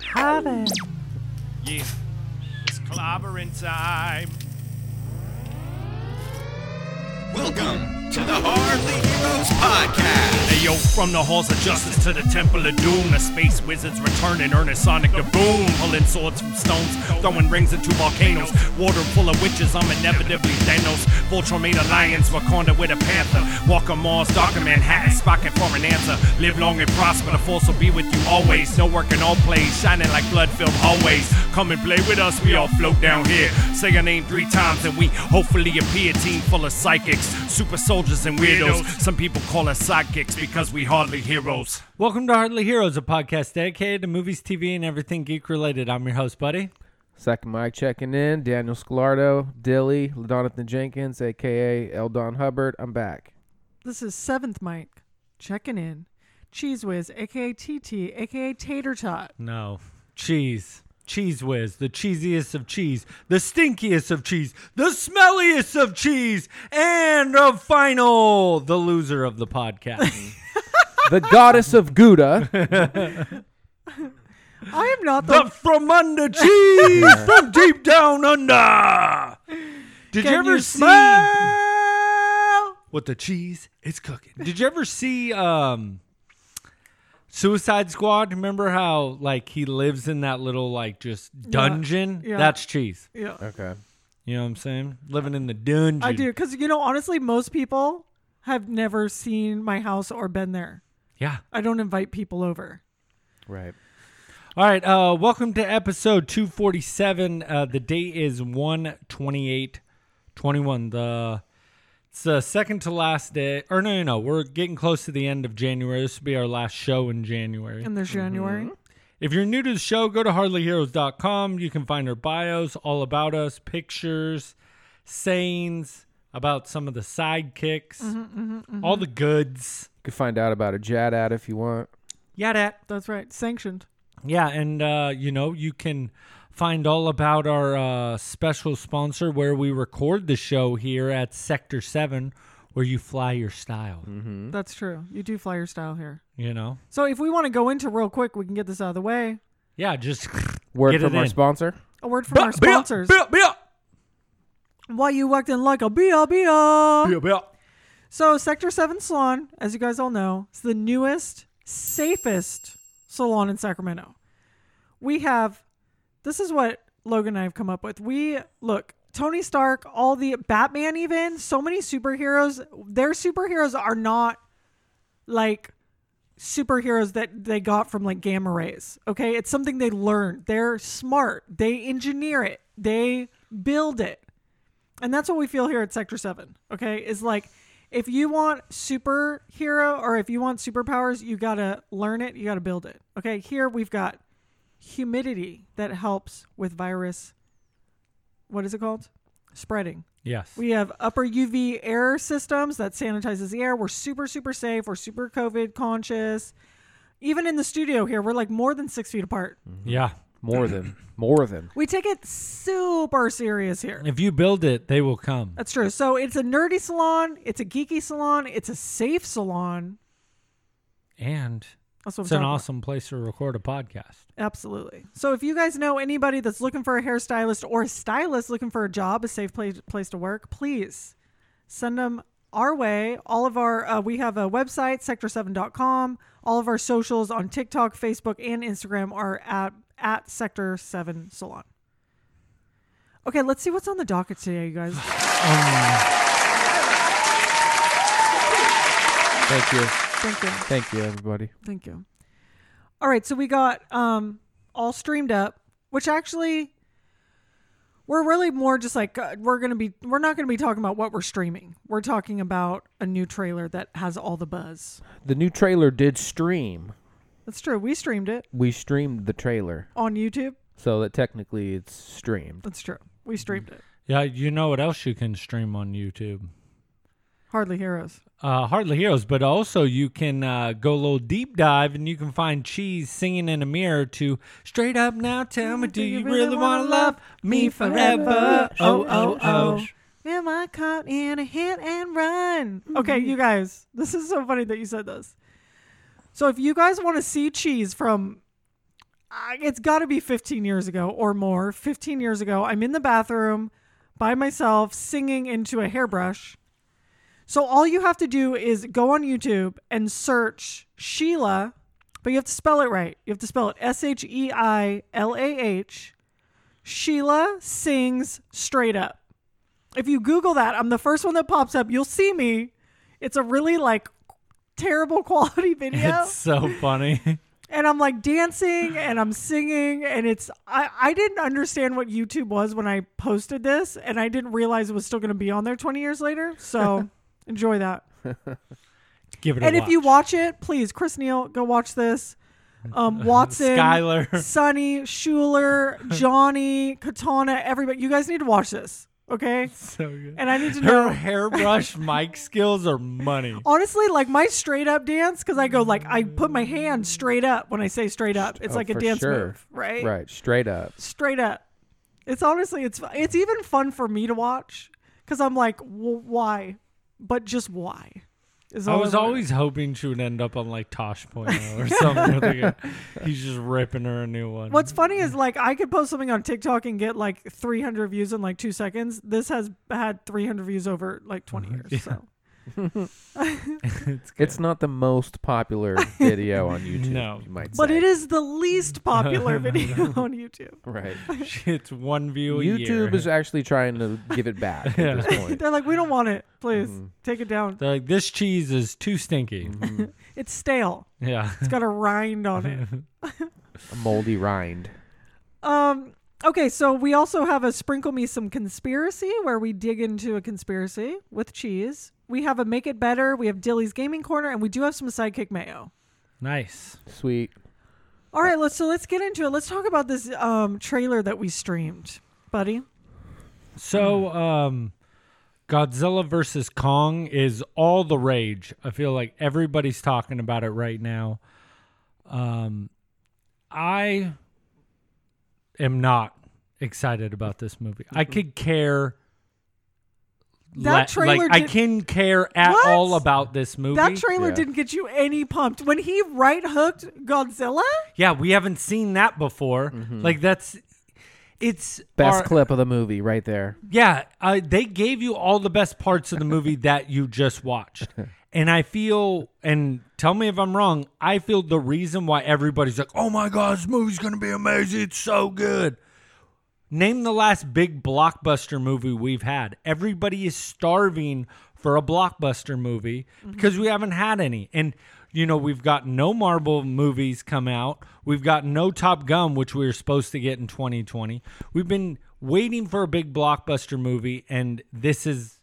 clobbering. Yeah, it's clobbering time. Welcome to the Hardly Heroes Podcast. Hey yo, from the halls of justice to the temple of doom, the space wizards return and earn a sonic to boom. Pulling swords from stones, throwing rings into volcanoes. Water full of witches, I'm inevitably Thanos. Voltron made alliance, Wakanda with a panther. Walk on Mars, darker Manhattan, spocking for an answer. Live long and prosper, the force will be with you always. No work in all plays, shining like blood film always. Come and play with us, we all float down here. Say your name three times and we hopefully appear. Team full of psychics, super soldiers and weirdos. Some people call us sidekicks because we hardly heroes. Welcome to Hardly Heroes, a podcast dedicated to movies, TV, and everything geek related. I'm your host, Buddy. Second mic checking in. Daniel Scalardo, Dilly, Donathan Jenkins, aka L. Don Hubbard. I'm back. This is seventh Mike checking in. Cheese Whiz, aka TT, aka Tater Tot. No. Cheese. Cheese whiz, the cheesiest of cheese, the stinkiest of cheese, the smelliest of cheese, and of final, the loser of the podcast. The goddess of Gouda. I am not the. the from under cheese from deep down under. Did you Can ever you see smell? what the cheese is cooking? Did you ever see um Suicide Squad? Remember how like he lives in that little like just dungeon? yeah. That's cheese. yeah, okay. You know what I'm saying? Living in the dungeon. I do. Because, you know, honestly, most people have never seen my house or been there. Yeah. I don't invite people over. Right. All right. Uh, welcome to episode 247. Uh, the date is 128 21. The it's the second to last day. Or no, no, no. We're getting close to the end of January. This will be our last show in January. And there's January. If you're new to the show, go to hardlyheroes.com. You can find our bios, all about us, pictures, sayings about some of the sidekicks, all the goods. You can find out about a Jad ad if you want. Yada. That's right. Sanctioned. Yeah, and uh, you know you can find all about our uh, special sponsor where we record the show here at Sector Seven, where you fly your style. That's true. You do flyer style here. You know, So if we want to go into real quick, we can get this out of the way. yeah, just Word Get it from our in. sponsor. A word from our sponsors. Bill, Bill, Why you walked in like a bia bia. Bill, Bill. So Sector 7 Salon, as you guys all know, is the newest, safest salon in Sacramento. We have this is what Logan and I have come up with. We look, Tony Stark, all the Batman even, so many superheroes, their superheroes are not like superheroes that they got from like gamma rays. Okay? It's something they learned. They're smart. They engineer it. They build it. And that's what we feel here at Sector 7, okay? Is like if you want superhero or if you want superpowers, you got to learn it, you got to build it. Okay? Here we've got humidity that helps with virus what is it called? Spreading. Yes. We have upper UV air systems that sanitizes the air. We're super, super safe. We're super COVID conscious. Even in the studio here, we're like more than six feet apart. yeah. More than. More than. We take it super serious here. If you build it, they will come. That's true. So it's a nerdy salon, it's a geeky salon, it's a safe salon. And That's what it's I'm an talking about. awesome place to record a podcast. Absolutely. So if you guys know anybody that's looking for a hairstylist or a stylist looking for a job, a safe place, place to work, please send them our way. All of our, uh, we have a website, sector7.com. All of our socials on TikTok, Facebook, and Instagram are at, at Sector7 Salon. Okay, let's see what's on the docket today, you guys. Thank you. Thank you. Thank you, everybody. Thank you. All right, so we got um all streamed up, which actually we're really more just like uh, we're going to be we're not going to be talking about what we're streaming. We're talking about a new trailer that has all the buzz. The new trailer did stream. That's true. We streamed it We streamed the trailer. on YouTube. So that technically it's streamed. That's true. We streamed it. Yeah, you know what else you can stream on YouTube? Hardly Heroes. uh, Hardly Heroes, but also you can uh, go a little deep dive and you can find Cheese singing in a mirror to Straight Up Now Tell Me, Do You Really Want to Love Me Forever? Oh, oh, oh. Am I caught in a hit and run? Okay, Mm-hmm. you guys, this is so funny that you said this. So if you guys want to see cheese from I- it's got to be 15 years ago or more. 15 years ago, I'm in the bathroom by myself singing into a hairbrush. So all you have to do is go on YouTube and search Sheila, but you have to spell it right. You have to spell it S H E I L A H. Sheila sings straight up. If you Google that, I'm the first one that pops up. You'll see me. It's a really like terrible quality video It's so funny. and I'm like dancing and I'm singing and it's I I didn't understand what YouTube was when I posted this and I didn't realize it was still going to be on there 20 years later. So enjoy that. Give it a And watch. if you watch it, please Chris Neal go watch this. Um, Watson, Skylar. Sonny, Schuler, Johnny, Katana, everybody. You guys need to watch this, okay? so good. And I need to Her know. hairbrush mic skills are money. Honestly, like my straight up dance, because I go like I put my hand straight up when I say straight up. It's Oh, like a for dance sure. move, right? Right, straight up. straight up. It's honestly, it's it's even fun for me to watch because I'm like, well, why? But just why? Is I all was wanna- always hoping she would end up on like Tosh Point or something. with like a- he's just ripping her a new one. What's funny is like I could post something on TikTok and get like 300 views in like two seconds. This has had 300 views over like 20 Uh-huh. years. So It's not the most popular video on YouTube. No. you might but say. it is the least popular video on YouTube. right. it's one view a year. YouTube is actually trying to give it back Yeah. at this point. They're like, we don't want it. Please take it down. They're like this cheese is too stinky. It's stale. Yeah. It's got a rind on it. A moldy rind. Um. Okay, so we also have a sprinkle me some conspiracy where we dig into a conspiracy with cheese. We have a make it better. We have Dilly's gaming corner, and we do have some sidekick mayo. Nice. Sweet. All right, let's so let's get into it. Let's talk about this um, trailer that we streamed, buddy. So, um, Godzilla versus Kong is all the rage. I feel like everybody's talking about it right now. Um, I am not excited about this movie. I could care. That le- like, trailer I did- can care at What? all about this movie. That trailer Yeah. didn't get you any pumped when he right hooked Godzilla. yeah, we haven't seen that before. Mm-hmm. Like that's, it's Best our- clip of the movie right there. Yeah, uh, they gave you all the best parts of the movie that you just watched. And I feel, and tell me if I'm wrong, I feel the reason why everybody's like, oh my God, this movie's going to be amazing. It's so good. Name the last big blockbuster movie we've had. Everybody is starving for a blockbuster movie because we haven't had any. And, you know, we've got no Marvel movies come out. We've got no Top Gun, which we were supposed to get in 2020. We've been waiting for a big blockbuster movie, and this is,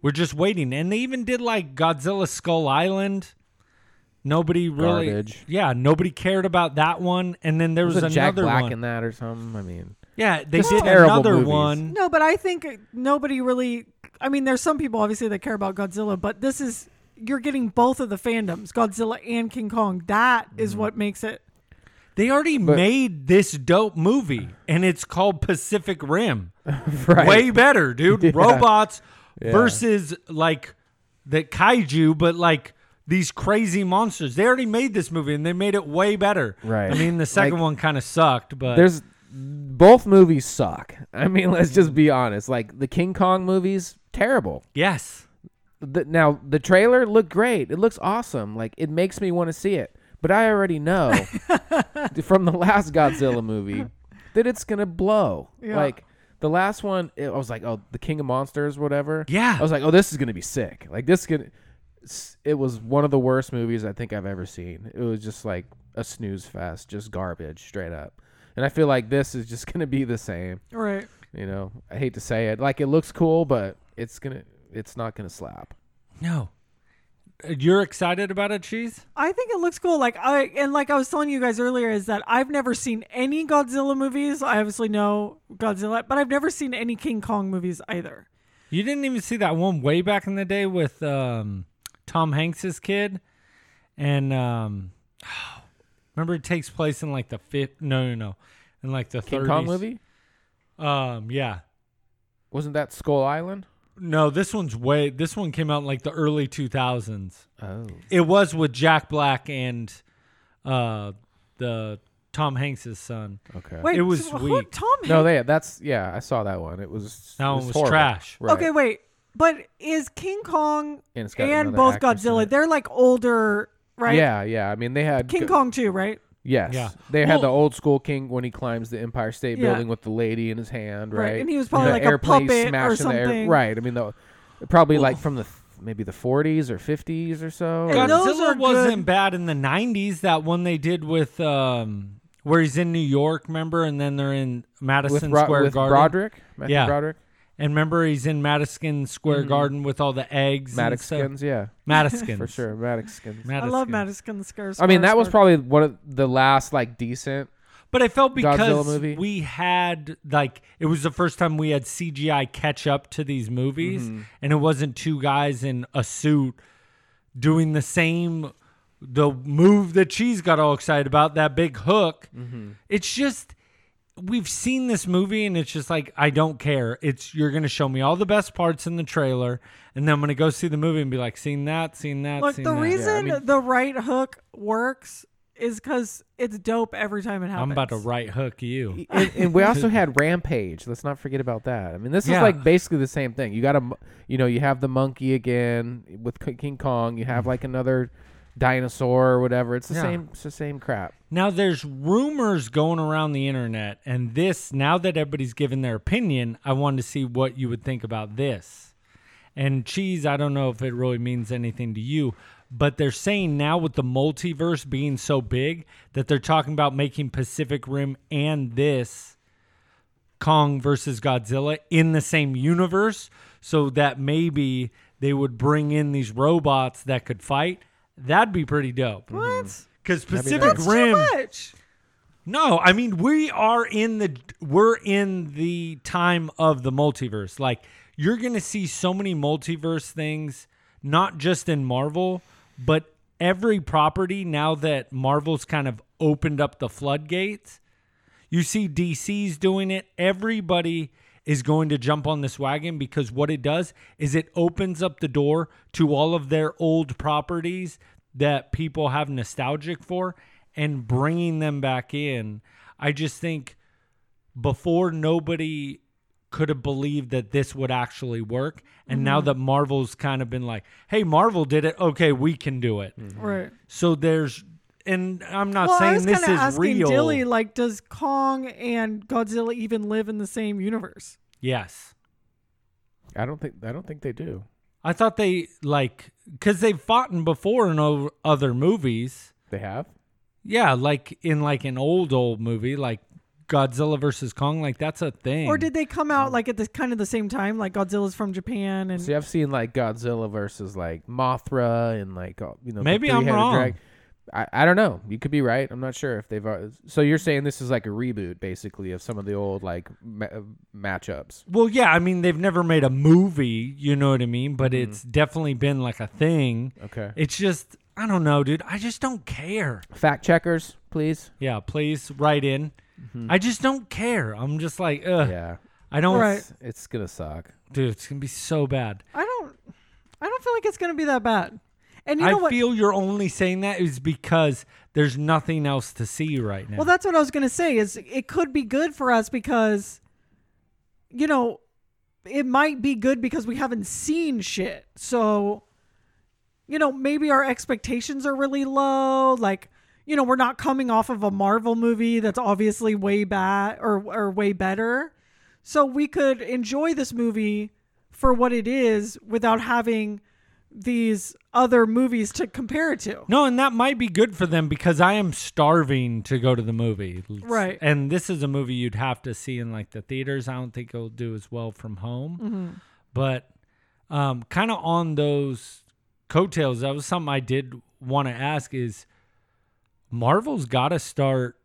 we're just waiting. And they even did like Godzilla Skull Island. Nobody really, Garbage. yeah, nobody cared about that one. And then there was, Was a Jack another Black one. in that or something? I mean, Yeah, they Just did terrible another movies. one. No, but I think nobody really. I mean, there's some people obviously that care about Godzilla, but this is you're getting both of the fandoms, Godzilla and King Kong. That Mm-hmm. is what makes it They already made this dope movie, and it's called Pacific Rim. right. Way better, dude. Robots versus like the kaiju, but like these crazy monsters. They already made this movie, and they made it way better. Right. I mean, the second Like- one kind of sucked, but There's both movies suck. I mean, let's just be honest. Like the King Kong movies, terrible. yes, The, now the trailer looked great. It looks awesome. Like it makes me want to see it. But I already know from the last Godzilla movie that it's gonna blow. Yeah. Like the last one, it, I was like, oh, the King of Monsters, whatever. Yeah. I was like, oh, this is gonna be sick. Like this is gonna. s- It was one of the worst movies I think I've ever seen. It was just like a snooze fest, just garbage, straight up. And I feel like this is just gonna be the same. right. You know, I hate to say it. Like it looks cool, but it's gonna, it's not gonna slap. no. You're excited about it, cheese? I think it looks cool. Like I and like I was telling you guys earlier is that I've never seen any Godzilla movies. I obviously know Godzilla, but I've never seen any King Kong movies either. You didn't even see that one way back in the day with um, Tom Hanks's kid, and um, remember it takes place in like the fifth. No, no, no, in like the King 30s. Kong movie Um, yeah. wasn't that Skull Island? No, this one's way. This one came out in like the early two thousands. Oh, It was with Jack Black and uh, the Tom Hanks' son. Okay. Wait, It was so who- weak. Tom No, Hanks- they. That's yeah. I saw that one. It was That it one was horrible. trash. Right. Okay, wait. But is King Kong And it's got and another both actress in Godzilla? it. They're like older, right? Yeah, yeah. I mean, they had King go- Kong too, right? Yes. Yeah. They had the Well- old school king when he climbs the Empire State Yeah. Building with the lady in his hand, Right, right? and he was probably the like a airplane puppet or smash in the air- something. right. I mean, the, probably like from the maybe the 40s or 50s or so. And or- those are Godzilla wasn't good. bad in the '90s. That one they did with um, where he's in New York, remember? And then they're in with Madison Ro- Square with Garden. Broderick, Matthew Yeah. Broderick, And remember, he's in Madison Square Garden with all the eggs. and stuff. Maddoxkins, yeah, Madison, for sure, Maddoxkins. I love Madison Square. I mean, that Square was Square. probably one of the last like decent. But I felt because movie. we had like it was the first time we had CGI catch up to these movies, and it wasn't two guys in a suit doing the same the move that she's got all excited about that big hook. It's just we've seen this movie and it's just like I don't care. It's you're gonna show me all the best parts in the trailer, and then I'm gonna go see the movie and be like, seen that, seen that, Look, seen the that. reason the right hook works is because it's dope every time it happens. I'm about to right hook you. And, and we also had Rampage. Let's not forget about that. I mean, this Yeah. is like basically the same thing. You got a, mo- you know, you have the monkey again with K- King Kong. You have like another dinosaur or whatever. It's the Yeah. same. It's the same crap. Now there's rumors going around the internet, and this now that everybody's given their opinion, I wanted to see what you would think about this. And cheese, I don't know if it really means anything to you, but they're saying now with the multiverse being so big that they're talking about making Pacific Rim and this Kong versus Godzilla in the same universe, so that maybe they would bring in these robots that could fight. That'd be pretty dope. What? Because Pacific That's Rim. too much. No, I mean we are in the we're in the time of the multiverse. Like you're going to see so many multiverse things not just in Marvel, but every property now that Marvel's kind of opened up the floodgates. You see DC's doing it. Everybody is going to jump on this wagon because what it does is it opens up the door to all of their old properties that people have nostalgic for and bringing them back in. I just think before nobody could have believed that this would actually work and now Mm-hmm. that Marvel's kind of been like, "Hey, Marvel did it. Okay, we can do it." Right. So there's and I'm Mm-hmm. Well, not I was saying this kinda is asking real. Dilly, like, does Kong and Godzilla even live in the same universe? yes. I don't think. I don't think they do. I thought they like because they've fought in before in o- other movies. They have. Yeah, like in like an old old movie, like Godzilla versus Kong. Like that's a thing. Or did they come out like at the kind of the same time? Like Godzilla's from Japan and See, I've seen like Godzilla versus like Mothra and like all- you know. the Maybe I'm three-headed wrong. drag- I, I don't know. You could be right. I'm not sure if they've. al- So you're saying this is like a reboot, basically, of some of the old like ma- uh, matchups. Well, yeah. I mean, they've never made a movie. You know what I mean? But Mm-hmm. it's definitely been like a thing. Okay. It's just I don't know, dude. I just don't care. Fact checkers, please. Yeah, please write in. Mm-hmm. I just don't care. I'm just like, ugh. Yeah. I don't, Right. It's gonna suck. dude. It's gonna be so bad. I don't I don't feel like it's gonna be that bad. And you know I what? feel you're only saying that is because there's nothing else to see right now. well, that's what I was gonna say. Is it could be good for us because, you know, it might be good because we haven't seen shit. So, you know, maybe our expectations are really low. Like, you know, we're not coming off of a Marvel movie that's obviously way bad or or way better. So we could enjoy this movie for what it is without having these other movies to compare it to. No, and that might be good for them because I am starving to go to the movie. Right. And this is a movie you'd have to see in like the theaters. I don't think it'll do as well from home. But um, kind of on those coattails, that was something I did want to ask is Marvel's got to start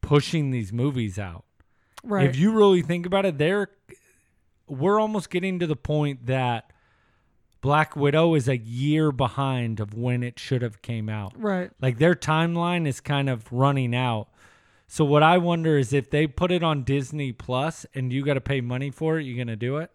pushing these movies out. Right. If you really think about it, they're we're almost getting to the point that Black Widow is a year behind of when it should have came out. right. Like their timeline is kind of running out. So what I wonder is if they put it on Disney Plus and you got to pay money for it, you gonna do it?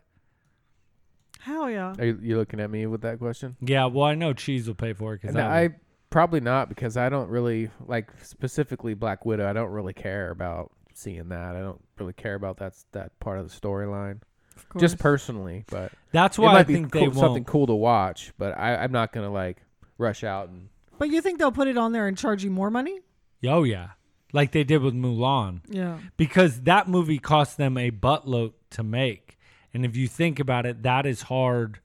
Hell yeah. Are you, you looking at me with that question? Yeah. Well, I know Cheese will pay for it because And I Probably not because I don't really like specifically Black Widow. I don't really care about seeing that. I don't really care about that's that part of the storyline. Of course. Just personally, but That's it why might I be think cool- they something won't. cool to watch. But I, I'm not gonna like rush out and But you think they'll put it on there and charge you more money? Oh yeah, like they did with Mulan, Yeah. because that movie cost them a buttload to make, and if you think about it, that is hard.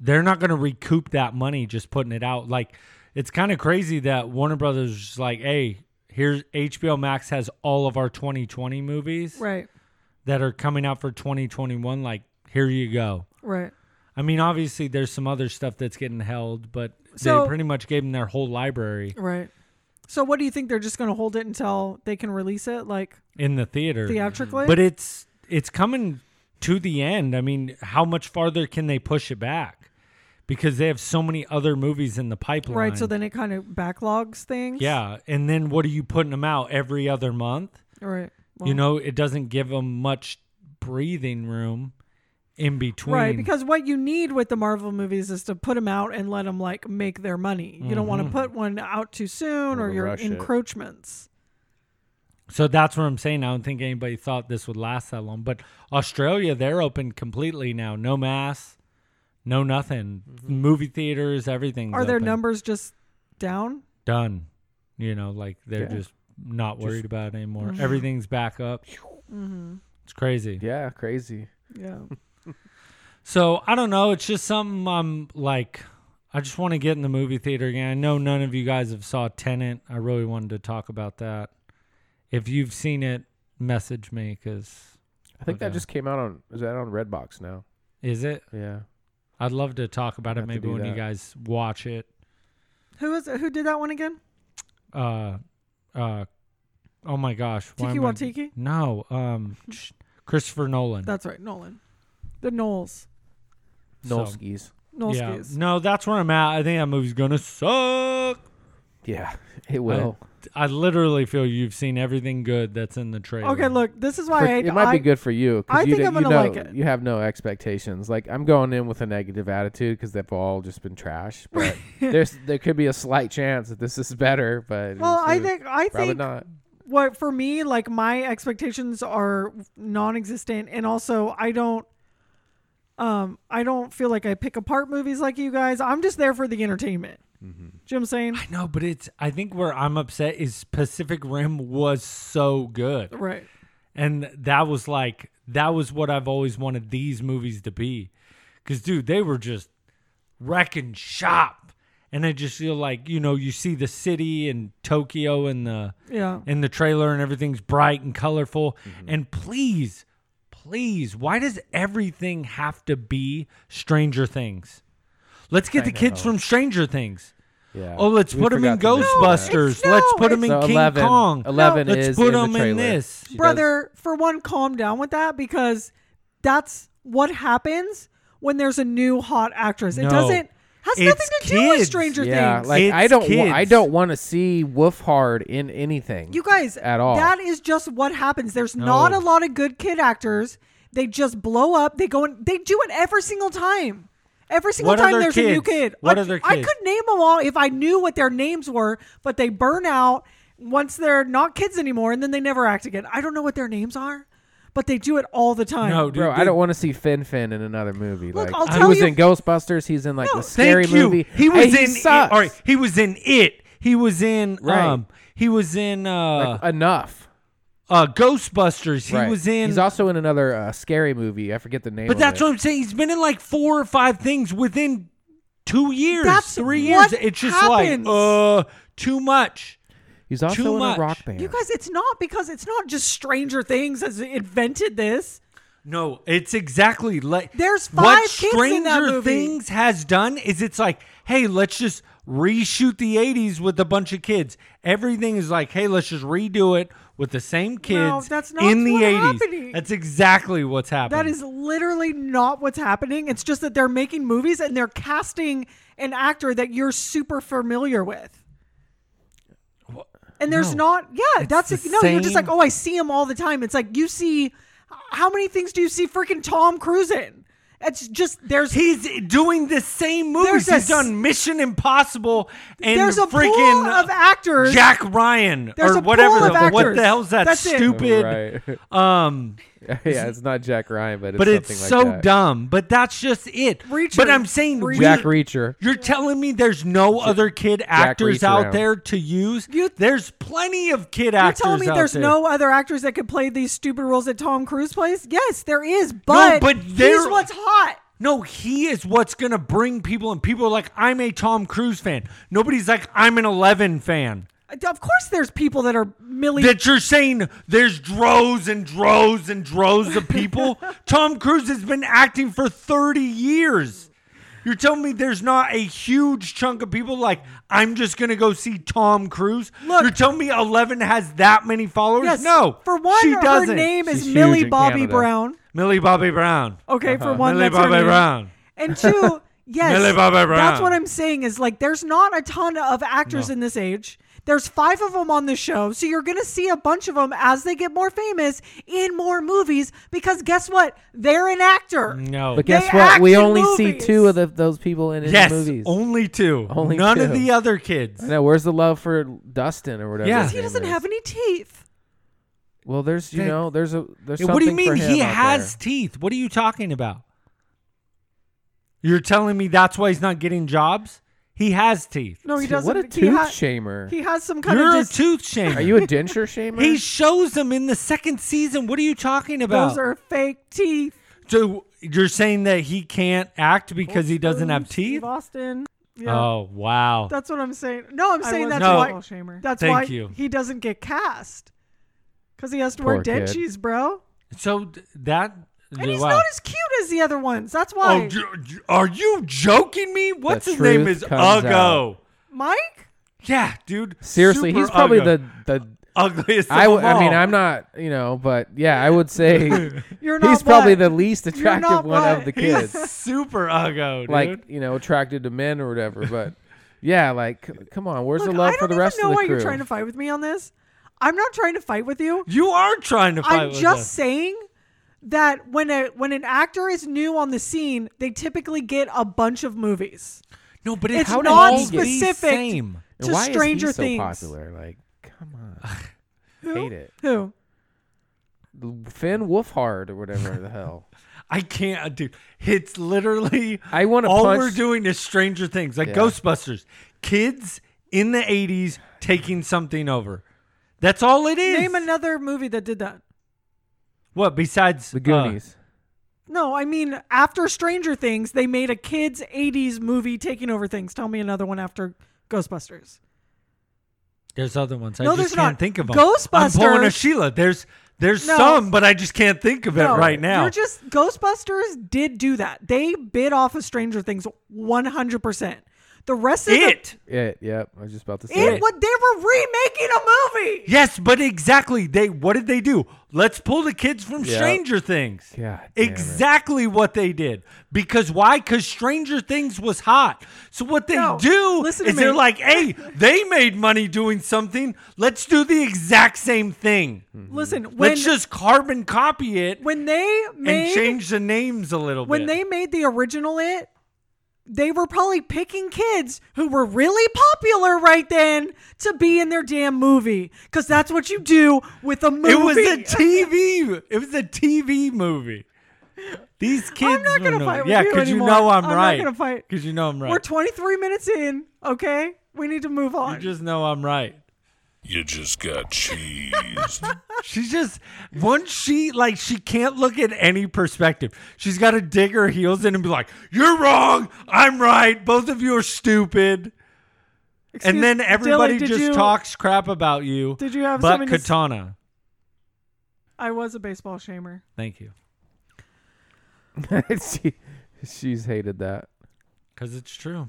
They're not going to recoup that money just putting it out. Like it's kind of crazy that Warner Brothers is just like, hey, here's HBO Max has all of our 2020 movies Right. that are coming out for 2021. Like here you go. Right. I mean, obviously, there's some other stuff that's getting held, but So- they pretty much gave them their whole library Right. So what do you think? They're just going to hold it until they can release it, like in the theater. theatrically? But it's it's coming to the end. I mean, how much farther can they push it back? Because they have so many other movies in the pipeline. right. So then it kind of backlogs things. yeah, and then what are you putting them out every other month? Right. Well, you know, it doesn't give them much breathing room in between. Right, because what you need with the Marvel movies is to put them out and let them like make their money. You don't Mm-hmm. want to put one out too soon, or Wanna your rush it. encroachments. So that's what I'm saying. I don't think anybody thought this would last that long. But Australia, they're open completely now. No mass, no nothing. Movie theaters, everything. Mm-hmm. Are their numbers just down? done? You know, like they're Yeah. Mm-hmm. just not worried about it anymore. Everything's back up. It's crazy. yeah, crazy. Yeah. So I don't know. It's just something I'm like. I just want to get in the movie theater again. I know none of you guys have saw Tenant. I really wanted to talk about that. If you've seen it, message me because I think that Okay. just came out on is that on Redbox now? is it Yeah, I'd love to talk about it have to maybe do when you that. guys watch it. Who is who did that one again? Uh, uh, oh my gosh, why Tiki am I- Watiki? No, um, sh- Christopher Nolan. That's right, Nolan. The Knowles. So, Nolskis. yeah, Knowleskis. no, that's where I'm at. I think that movie's gonna suck. Yeah, it will. I literally feel you've seen everything good that's in the trailer. Okay, look, this is why For- I hate it might I, be good for you I because you, think d- I'm you gonna know like it. you have no expectations. Like I'm going in with a negative attitude because they've all just been trash. But there's there could be a slight chance that this is better. But Well, it's- I it- think I probably think not. what for me like my expectations are non-existent and also I don't um I don't feel like I pick apart movies like you guys. I'm just there for the entertainment. Do Mm-hmm. you know what I'm saying? No, but it's. I think where I'm upset is Pacific Rim was so good. Right. And that was like that was what I've always wanted these movies to be. Cause dude, they were just wrecking shop. And I just feel like, you know, you see the city and Tokyo and the Yeah. in the trailer and everything's bright and colorful. Mm-hmm. And please, please, why does everything have to be Stranger Things? Let's get the kids from Stranger Things. Yeah. Oh, let's We put them in forgot to mention that. Ghostbusters. No, let's it's- put them in So King 11, Kong. 11 Let's is put in the 'em in trailer. this. She does- Brother, for one, calm down with that because that's what happens when there's a new hot actress. It No. doesn't has It's nothing to do with kids. Stranger yeah, Things. like I It's don't wa- I kids. don't want to see Wolf Hard in anything. You guys, at all. That is just what happens. There's not a No. lot of good kid actors. They just blow up. They go and they do it every single time. Every single What time other there's a new kids? kid. What I, other I kids? could name them all if I knew what their names were, but they burn out once they're not kids anymore, and then they never act again. I don't know what their names are, but they do it all the time. No, dude. Bro, they- I don't want to see Finn Finn in another movie. Look, like I'll he tell was you- in Ghostbusters. He's in like No, the scary Thank you. movie. He was and in. It, sucks. all right, he was in it. He was in. Right. Um, he was in uh, Like, enough. uh, Ghostbusters. He Right. was in. He's also in another uh, scary movie. I forget the name. but of that's it. what I'm saying. He's been in like four or five things within two years, That's three what years. It's just happens. like uh, too much. He's also Too in much. a rock band. You guys, it's not because it's not just Stranger Things has invented this. No, it's exactly like There's what five kids in that Stranger movie. Things has done is it's like, hey, let's just reshoot the '80s with a bunch of kids. Everything is like, hey, let's just redo it with the same kids that's not in the what's '80s. happening. That's exactly what's happening. That is literally not what's happening. It's just that they're making movies and they're casting an actor that you're super familiar with. And there's No. not, yeah, that's the no. You're just like, same- oh, I see him all the time. It's like you see, how many things do you see freaking Tom Cruise in? It's just there's He's doing the same movies. There's a He's done Mission Impossible and there's a freaking pool of actors. Jack Ryan There's or a pool whatever. of the- what actors. the hell's that That's it. stupid? Right. Um, yeah, it's not Jack Ryan, but it's but it's something so like that. dumb. But that's just it. Reacher. But I'm saying Reacher. we- Jack Reacher. You're telling me there's no other kid actors Reacher out out. there to use? You- there's plenty of kid You're actors. telling me out there's there. no other actors that could play these stupid roles that Tom Cruise plays? Yes, there is, but, but he's they're- what's hot. No, he is what's going to bring people, and people are like, I'm a Tom Cruise fan. Nobody's like, I'm an 11 fan. Of course, there's people that are Millie. That you're saying there's droves and droves and droves of people. Tom Cruise has been acting for 30 years. You're telling me there's not a huge chunk of people like, I'm just going to go see Tom Cruise? Look- you're telling me 11 has that many followers? yes, no. For one, she doesn't. her name is She's huge Millie in Bobby Canada. Brown. Millie Bobby Brown. Okay, for one, Uh-huh. Millie that's her Bobby name. Brown. And two, yes, Millie Bobby that's Brown. what I'm saying is like there's not a ton of actors in this age. There's five of them on the show, so you're gonna see a bunch of them as they get more famous in more movies. Because guess what? They're an actor. No. But guess They what? act We in only see movies. two of the, those people in his yes, movies. only two. Only None of two. the other kids. No, where's the love for Dustin or whatever? Yeah. his He name doesn't is? have any teeth. Well, there's you That- know there's a there's Yeah, something What do you mean for him he out has there. teeth? What are you talking about? You're telling me that's why he's not getting jobs? He has teeth. No, he doesn't. What a he, tooth ha- shamer! he has some kind You're of. a Dis- tooth shamer. Are you a denture shamer? he shows them in the second season. What are you talking about? those are fake teeth. so you're saying that he can't act because he doesn't have teeth? Steve Austin. Yeah. Oh wow. That's what I'm saying. No, I'm saying that's No. why. Paul That's Thank why you. he doesn't get cast. Because he has to wear Poor kid. dentures, bro. so th- that And he's wow. not as cute as the other ones. That's Oh, why. j- j- are you joking me? What's his name truth is comes Ugo. out. Mike? Yeah, dude. Seriously, super he's probably Ugo. the the. ugliest. I, of w- them I mean, all. I'm not, you know, but yeah, I would say You're not he's probably what? the least not attractive one what? of the kids. He's super uggo, dude. like you know attracted to men or whatever but yeah like c- come on where's Look, the love I for don't the rest even know of the why crew you're trying to fight with me on this. I'm not trying to fight with you. you are trying to fight I'm with just us. saying that when a when an actor is new on the scene, they typically get a bunch of movies. No, but It's how did not all these specific. Same. And to why Stranger is he Things. so popular like come on Who? hate it Who? finn wolfhard or whatever the hell I can't, uh, dude. It's literally. I wanna All punch- we're doing is Stranger Things, like Yeah. Ghostbusters. Kids in the '80s taking something over. That's all it is. Name another movie that did that. what besides uh, the goonies No, I mean after Stranger Things, they made a kids '80s movie taking over things. Tell me another one after Ghostbusters. There's other ones. No, I just there's can't not. think of them. I'm Ghostbusters- pulling a Sheila. There's there's No. some, but I just can't think of it No, right now. You're just Ghostbusters did do that. They bid off of Stranger Things 100. percent The rest of it. yeah yep i was just about to the, say it what they were remaking a movie. Yes, but exactly. They what did they do? Let's pull the kids from Yeah. Stranger Things. God damn it. exactly what they did. Because why? Because Stranger Things was hot. So what they No, do listen to is they're me. like, hey, they made money doing something. Let's do the exact same thing. Hmm. Listen, when Let's just carbon copy it when they and made change the names a little when bit. they made the original it they were probably picking kids who were really popular right then to be in their damn movie because that's what you do with a movie it was a TV. it was a TV movie. These kids. not gonna were no- fight with Yeah, you because you anymore. know I'm, I'm not right. gonna fight. Because you know I'm right. we're 23 minutes in okay we need to move you on just know I'm right. You just got cheesed. She's just once she like she can't look at any perspective. She's got to dig her heels in and be like, "You're wrong. I'm right. Both of you are stupid." Excuse- and then everybody Dylan, did just you- talks crap about you. Did you have but something to s- katana? i was a baseball shamer Thank you, she, she's hated that because it's true.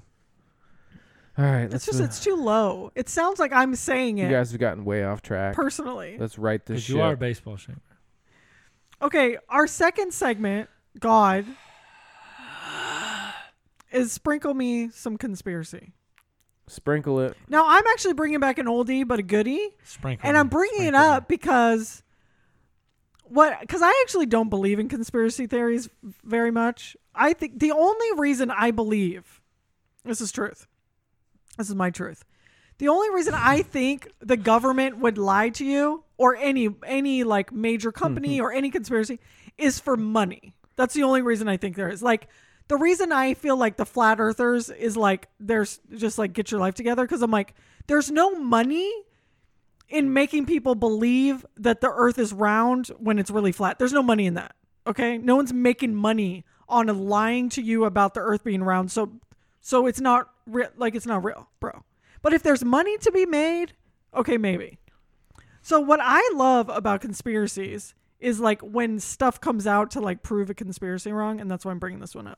all right it's let's just move- it's too low it sounds like i'm saying you it guys have gotten way off track personally let's write this Because shit you are a baseball shamer. Okay, our second segment, God, is sprinkle me some conspiracy. sprinkle it Now, I'm actually bringing back an oldie but a goodie, Sprinkle. and I'm me, bringing it sprinkle me. up because what? Because I actually don't believe in conspiracy theories very much. I think the only reason I believe this is truth. This is my truth. The only reason I think the government would lie to you or any any like major company or any conspiracy is for money. That's the only reason I think there is. Like the reason I feel like the flat earthers is like there's just like get your life together cuz I'm like there's no money in making people believe that the earth is round when it's really flat. There's no money in that. Okay? No one's making money on lying to you about the earth being round. So so it's not re- like it's not real, bro. But if there's money to be made, okay, maybe. So what I love about conspiracies is like when stuff comes out to like prove a conspiracy wrong and that's why I'm bringing this one up.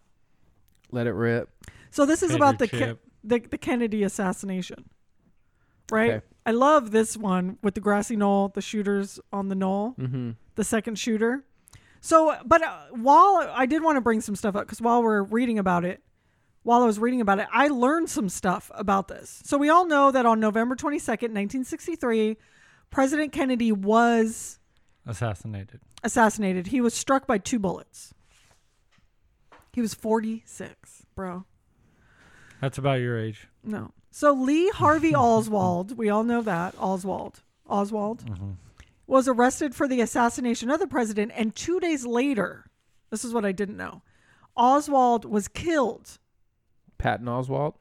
Let it rip. So this is about the, Paper Ke- chip. the the Kennedy assassination, right? Okay. I love this one with the grassy knoll, the shooters on the knoll, the second shooter. So, but uh, while I did want to bring some stuff up, because while we're reading about it, while I was reading about it, I learned some stuff about this. So we all know that on November twenty second, nineteen sixty three, President Kennedy was Assassinated. assassinated. He was struck by two bullets. He was forty six, bro. That's about your age. No. So Lee Harvey Oswald, we all know that Oswald, Oswald, Mm-hmm. was arrested for the assassination of the president, and two days later, this is what I didn't know, Oswald was killed. Patton Oswald.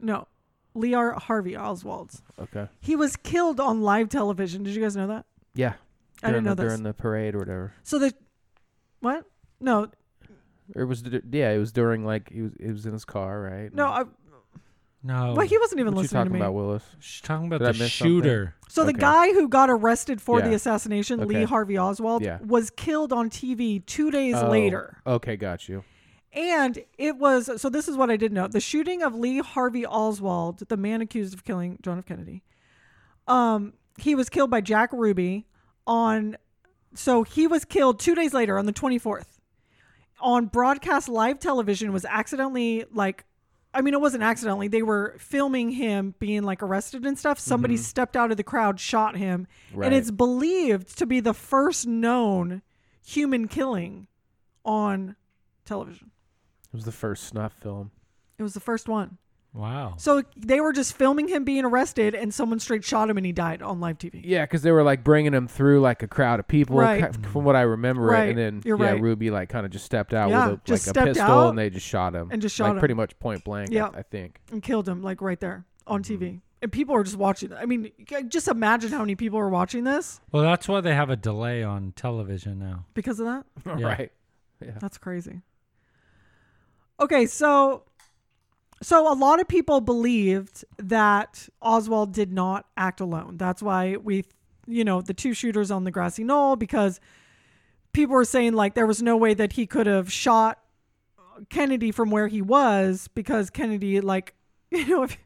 No, Lee R. Harvey Oswald. Okay. He was killed on live television. Did you guys know that? Yeah. I didn't During the- know this. during the parade or whatever. So the what? No, Or it was d- yeah, it was during like he was it was in his car, right? no. I, No. well, he wasn't even Oh. what you listening to talking me. about, Willis? She's talking about Did I the miss something? shooter. So the Okay. guy who got arrested for the Yeah. assassination, Lee Okay. Harvey Oswald, Yeah. was killed on TV two days Oh, later. Okay, got you. And it was so this is what I did know. The shooting of Lee Harvey Oswald, the man accused of killing John F. Kennedy. Um, he was killed by Jack Ruby on so he was killed two days later on the 24th. On broadcast live television was accidentally like I mean it wasn't accidentally, they were filming him being like arrested and stuff. Somebody stepped out of the crowd, shot him, Right. and it's believed to be the first known human killing on television. It was the first snuff film. It was the first one. Wow. So they were just filming him being arrested, and someone straight shot him, and he died on live TV. Yeah, because they were like bringing him through like a crowd of people, Right. ki- from what I remember Right. it. And then You're yeah, right. Ruby like kind of just stepped out Yeah, with a, just like a stepped pistol, out and they just shot him and just like, shot him. pretty much point blank. Yeah. I, I think. And killed him like right there on TV, and people are just watching. I mean, c- just imagine how many people are watching this Well, that's why they have a delay on television now. because of that. All Yeah. right. That's crazy. Okay, so so a lot of people believed that Oswald did not act alone. That's why we you know, the two shooters on the grassy knoll because people were saying like there was no way that he could have shot Kennedy from where he was because Kennedy like you know if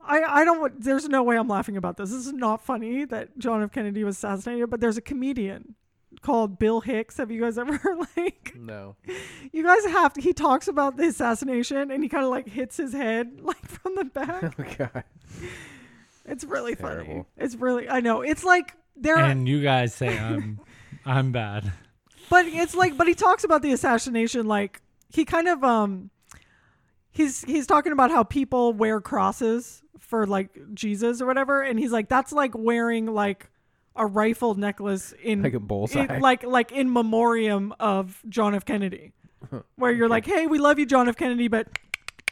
I, I don't want- there's no way I'm laughing about this. This is not funny that John F. Kennedy was assassinated, but there's a comedian called Bill Hicks. Have you guys ever like No. you guys have to, he talks about the assassination and he kind of like hits his head like from the back. Oh God. It's really funny. Terrible. It's really I know. It's like there And you guys say I'm I'm bad. but it's like but he talks about the assassination like he kind of um he's he's talking about how people wear crosses for like Jesus or whatever and he's like that's like wearing like a rifle necklace in Like a bullseye. in- like like in memoriam of John F Kennedy where you're like hey we love you John F Kennedy but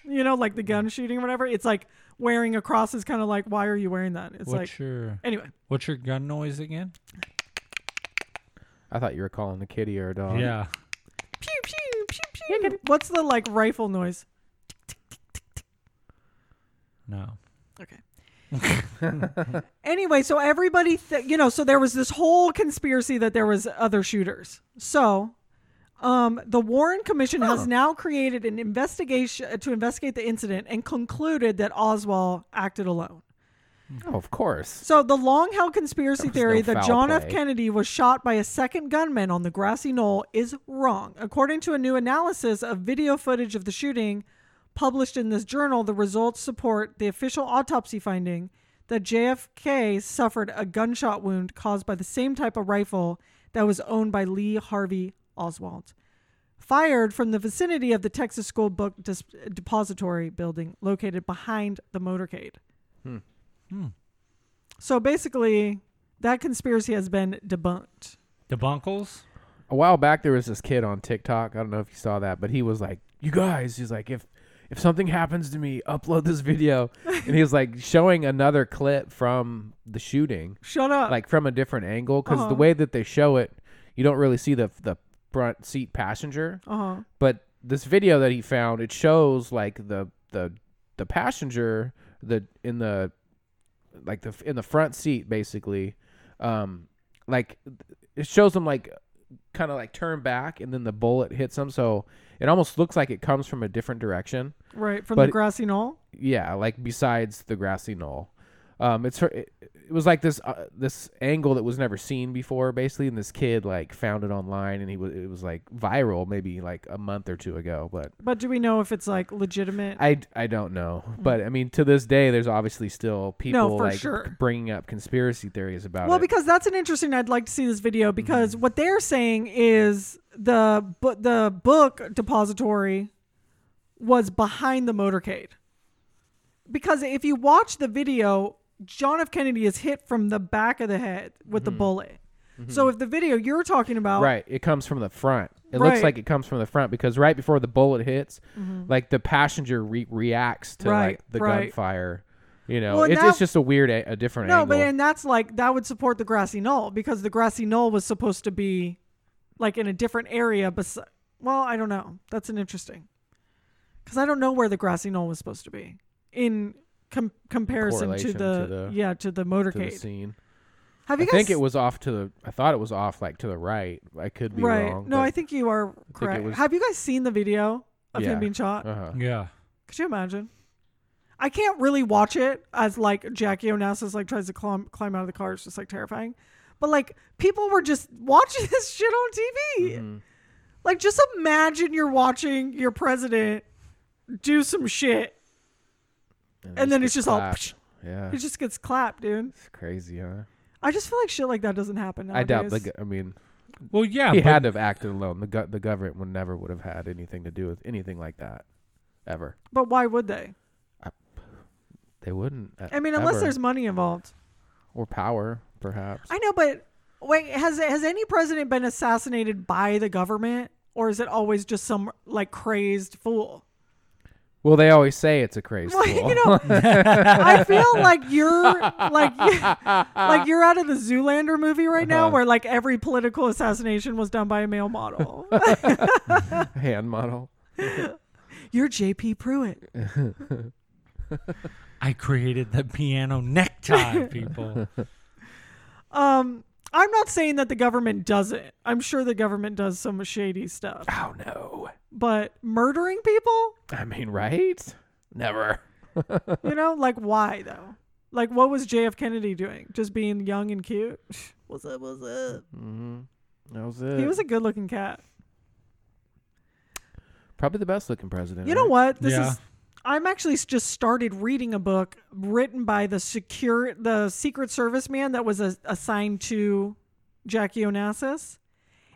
you know like the gun shooting or whatever it's like wearing a cross is kind of like why are you wearing that it's what's like your anyway what's your gun noise again? I thought you were calling a kitty or a dog. yeah. pew pew pew pew what's the like rifle noise No. Okay. anyway, so everybody, th- you know, so there was this whole conspiracy that there was other shooters. So, um, the Warren Commission has now created an investigation uh, to investigate the incident and concluded that Oswald acted alone. Oh, of course. So the long-held conspiracy There theory was no that foul John F. play. Kennedy was shot by a second gunman on the grassy knoll is wrong. According to a new analysis of video footage of the shooting published in this journal, the results support the official autopsy finding that JFK suffered a gunshot wound caused by the same type of rifle that was owned by Lee Harvey Oswald. fired from the vicinity of the Texas School Book Dis- Depository building located behind the motorcade. Hmm. So basically, that conspiracy has been debunked. Debunkles? a while back there was this kid on TikTok. I don't know if you saw that, but he was like, "You guys," he's like, "if if something happens to me, upload this video." and he was like showing another clip from the shooting, Shut up. like from a different angle, because Uh-huh. the way that they show it, you don't really see the the front seat passenger. uh huh. But this video that he found, it shows like the the the passenger the in the like the in the front seat basically, um, like it shows them like kind of like turn back and then the bullet hits them, so it almost looks like it comes from a different direction. Right. From the but- grassy knoll. Yeah, like besides the grassy knoll. Um, it's it, it was like this uh, this angle that was never seen before, basically, and this kid like found it online, and he was it was like viral maybe like a month or two ago, but But do we know if it's like legitimate? I, I don't know, but I mean to this day, there's obviously still people Hmm. for like sure. bringing up conspiracy theories about well, it. Mm-hmm. because that's an interesting. I'd like to see this video because what they're saying is the bu- the book depository was behind the motorcade. Because if you watch the video, John F. Kennedy is hit from the back of the head with the bullet. So if the video you're talking about, Mm-hmm. right, it comes from the front. It Right. Mm-hmm. looks like it comes from the front because right before the bullet hits, like the passenger re- reacts to Right, like the right. gunfire. You know, Well, and it's, that- it's just a weird, a, a different No, angle. but and that's like that would support the grassy knoll because the grassy knoll was supposed to be like in a different area. Bes- well, I don't know. That's an interesting because I don't know where the grassy knoll was supposed to be in com- comparison to Correlation the, to the- yeah to the to the motorcade. scene, Have I you guys? think it was off to the. I thought it was off like to the right. I could be right. wrong. no, I think you are it correct. was- Have you guys seen the video of Yeah. him being shot? Uh huh. Yeah. Could you imagine? I can't really watch it as like Jackie Onassis like tries to climb climb out of the car. It's just like terrifying. But like people were just watching this shit on TV. Mm-hmm. Like just imagine you're watching your president do some shit. And, then it's gets just all clapped. Yeah, It just gets clapped, dude. it's crazy, huh? I just feel like shit like that doesn't happen. I doubt the. nowadays. gu- I mean, Well, yeah. he but- had to have acted alone. The go- the government would never would have had anything to do with anything like that, ever. But why would they? They wouldn't. e- I mean, unless ever. there's money involved. or power, perhaps. I know, but wait, has has any president been assassinated by the government, or is it always just some like crazed fool? well, they always say it's a crazy. Well, fool. you know, I feel like you're like like you're out of the Zoolander movie right now, where like every political assassination was done by a male model. hand model. you're J.P. Pruitt. I created the piano necktie, people. Um, I'm not saying that the government does it. I'm sure the government does some shady stuff, Oh no! but murdering people, I mean, right? Never. you know, like why though? Like, what was J.F. Kennedy doing? Just being young and cute? What's up? What's up? That was it. He was a good-looking cat. probably the best looking president. You know right? what? This Yeah. is. I'm actually s- just started reading a book written by the secure, the Secret Service man that was a, assigned to Jackie Onassis,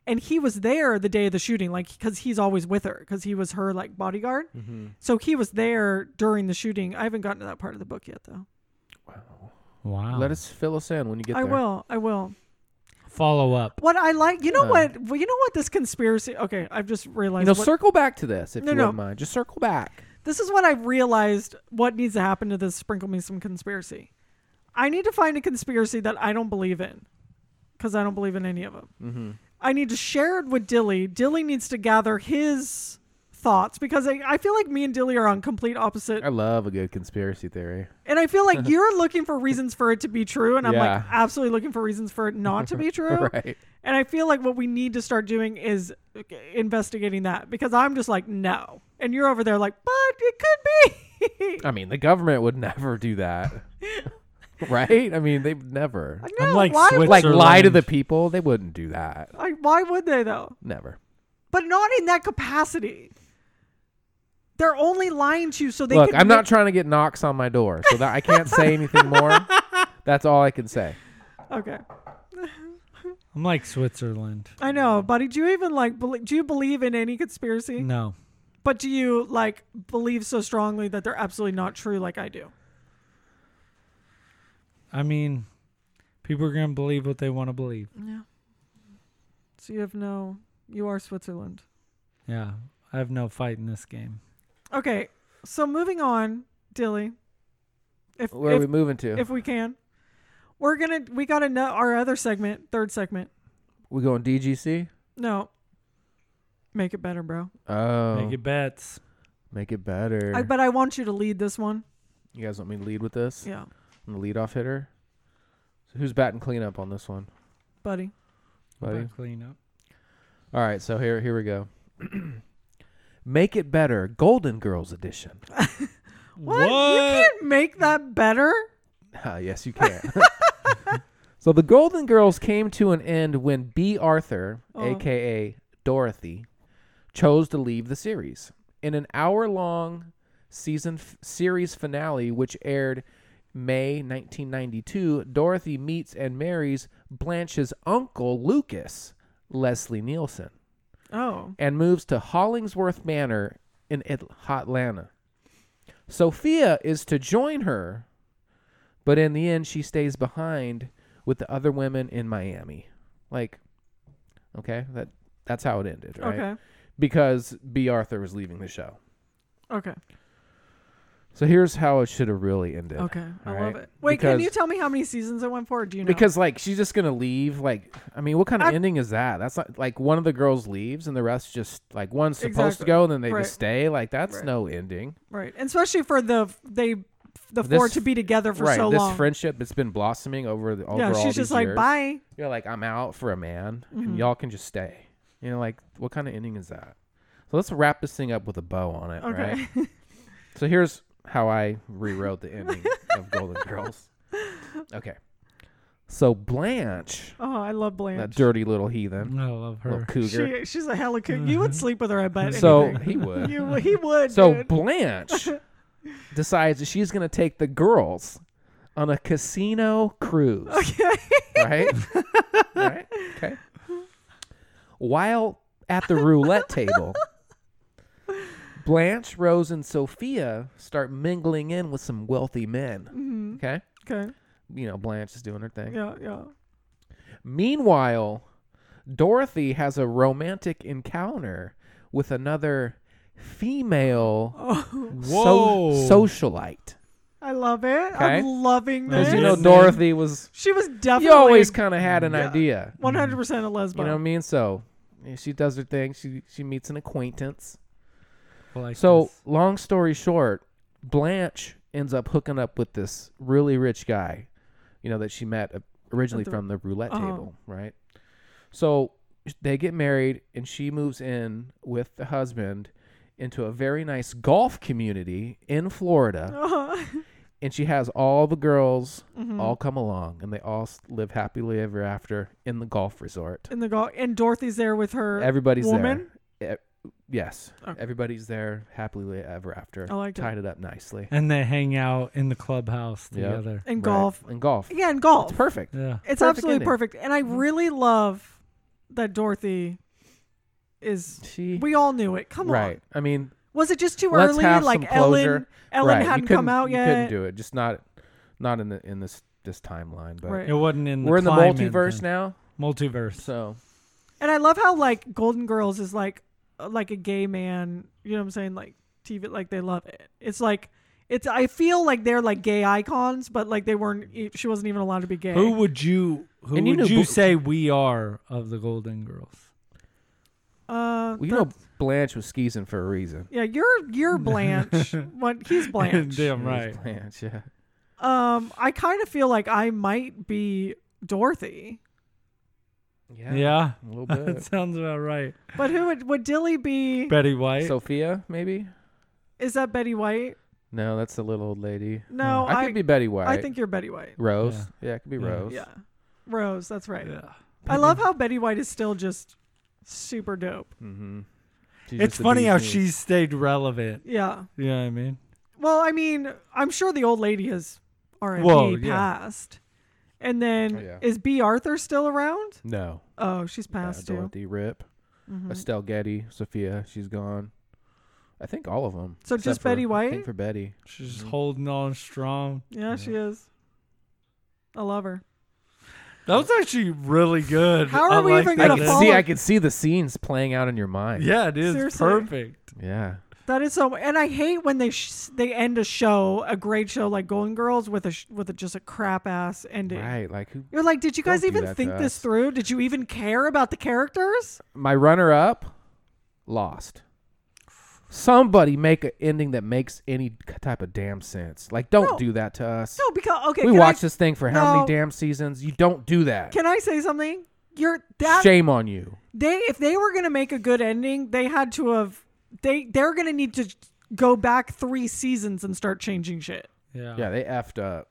and he was there the day of the shooting, like because he's always with her, because he was her like bodyguard. Hmm. Mm-hmm. So he was there during the shooting. I haven't gotten to that part of the book yet, though. Wow. Let us fill us in when you get I there. will. I will. follow up. What I like, you know what? Well, you know what? This conspiracy. Okay, I've just realized. You know, what- circle back to this if No, you no. wouldn't mind. Just circle back. this is what I realized what needs to happen to this sprinkle me some conspiracy. I need to find a conspiracy that I don't believe in because I don't believe in any of them. Mm-hmm. I need to share it with Dilly. Dilly needs to gather his thoughts because I, I feel like me and Dilly are on complete opposite. I love a good conspiracy theory. And I feel like you're looking for reasons for it to be true. And I'm like Yeah. absolutely looking for reasons for it not to be true. Right. And I feel like what we need to start doing is uh, investigating that because I'm just like, no. And you're over there like, but it could be. I mean, the government would never do that. right? I mean, they would never. No, I'm like why, would- Switzerland. Like lie to the people, they wouldn't do that. I- why would they though? Never. But not in that capacity. They're only lying to you so they Look, can I'm not make- trying to get knocks on my door, so that I can't say anything more. That's all I can say. Okay. I'm like Switzerland. I know, buddy. Do you even like? Bel- do you believe in any conspiracy? No. But do you like believe so strongly that they're absolutely not true, like I do? I mean, people are going to believe what they want to believe. Yeah. So you have no. You are Switzerland. Yeah. I have no fight in this game. Okay. So moving on, Dilly. If Where are if, we moving to? if we can, we're gonna we got to know our other segment, third segment. we going DGC? No. Make it better, bro. Oh, Make it bets. better. I, but I want you to lead this one. you guys want me to lead with this? Yeah, I'm the leadoff hitter. So who's batting cleanup on this one, buddy. buddy? Clean up. All right, so here here we go. Make it better, Golden Girls edition. What? You can't make that better. Ah, yes, you can. so the Golden Girls came to an end when B. Arthur, aka Dorothy, chose to leave the series. In an hour-long season f- series finale, which aired May 1992, Dorothy meets and marries Blanche's uncle Lucas, Leslie Nielsen, Oh, and moves to Hollingsworth Manor in At- Atlanta. Sophia is to join her but in the end, she stays behind with the other women in Miami. Like, okay, that that's how it ended, right? okay, Because B. Arthur was leaving the show. okay, So here's how it should have really ended. okay. I all love right? it. Wait, can Because- you tell me how many seasons it went for? or Do you know? Because like she's just gonna leave. Like, I mean, what kind of I- ending is that? That's not like one of the girls leaves and the rest just like one's supposed Exactly. to go and then they Right. just stay. Like that's Right. no ending. right, and especially for the they the This- four to be together for right. so this long. friendship that's been blossoming over the over yeah, all she's these just like years. bye. Mm-hmm. You're like, I'm out for a man, and y'all can just stay. You know, like, what kind of ending is that? So let's wrap this thing up with a bow on it, Okay, right? So here's how I rewrote the ending of Golden Girls. Okay. So Blanche, oh, I love that Blanche. dirty little heathen, I love little her. cougar. Mm-hmm. She she's a hella cook. You would sleep with her, I bet. so anything. he would. you he would. So dude. Blanche decides that she's going to take the girls on a casino cruise. Okay. right? right? Okay. While at the roulette table, Blanche, Rose, and Sophia start mingling in with some wealthy men. Mm-hmm. Okay. okay, You know, Blanche is doing her thing. yeah, yeah. Meanwhile, Dorothy has a romantic encounter with another female so- Whoa. socialite. I love it. Okay. I'm loving As this. Because you Yes. know, Dorothy was. she was definitely You always kind of had an idea. 100% a lesbian. You know what I mean? So yeah, she does her thing. She she meets an acquaintance. I like So this. long story short, Blanche ends up hooking up with this really rich guy, you know that she met uh, originally from the roulette Uh-huh. table, right? So they get married, and she moves in with the husband into a very nice golf community in Florida, Oh. and she has all the girls Mm-hmm. all come along, and they all s- live happily ever after in the golf resort. in the golf, and Dorothy's there with her. Everybody's woman? there. E- yes. Okay. Everybody's there happily ever after. I liked it. Tied it up nicely. And they hang out in the clubhouse Yeah. together. in Right. golf. And golf. Yeah, in golf. It's perfect. Yeah. It's perfect absolutely ending. Mm-hmm. perfect. And I really love that Dorothy is. She We all knew it. Come Right. on. I mean, Was it just too let's early? have like some closure. Ellen, Ellen right. you hadn't couldn't- come out you yet. couldn't do it. Just not not in the in this this timeline, but Right. It wasn't in the we're in the climate multiverse thing. now. Multiverse. So, And I love how like Golden Girls is like uh, like a gay man. You know what I'm saying? Like TV, like they love it. It's like it's. I feel like they're like gay icons, but like they weren't. e- She wasn't even allowed to be gay. Who would you who And you would knew you Bo- say we are of the Golden Girls? Uh, well, you know Blanche was skeezing for a reason. yeah, you're you're Blanche. what he's Blanche. Damn It was right. Blanche, yeah. Um, I kind of feel like I might be Dorothy, Yeah. Yeah. A little That bit. sounds about right. but who would would Dilly be? Betty White. Sophia, maybe? Is that Betty White? No, that's the little old lady. No, I, I could be Betty White. I think you're Betty White. Rose. Yeah. Yeah, it could be Yeah. Rose. Yeah, Rose. That's right. Yeah. I love how Betty White is still just super dope. Mm-hmm. It's funny how she stayed relevant. Yeah. You know what I mean? Well, I mean, I'm sure the old lady has R.I.P. Well, yeah. passed, And then yeah. is B. Arthur still around? No. Oh, she's Yeah, passed too. Mm-hmm. Dorothy Rip, Estelle Getty, Sophia. She's gone. I think all of them. So just Betty I White? think for Betty. She's Mm-hmm. just holding on strong. Yeah, she is. I love her. That was actually really good. How are I we like even that. I gonna can follow- see. I can see the scenes playing out in your mind. Yeah, it is Seriously. perfect. Yeah. That is so, and I hate when they sh- they end a show, a great show like Golden Girls, with a sh- with a, just a crap ass ending. Right. Like who? You're like, did you guys Don't do even that think to this us. through? Did you even care about the characters? My runner-up, Lost. Somebody make an ending that makes any k- type of damn sense. Like, don't No. do that to us. No, because okay, we can watched I, this thing for how No. many damn seasons? You don't do that. Can I say something? You're that Shame on you. they if they were gonna make a good ending, they had to have they they're gonna need to go back three seasons and start changing shit. Yeah. Yeah, they effed up.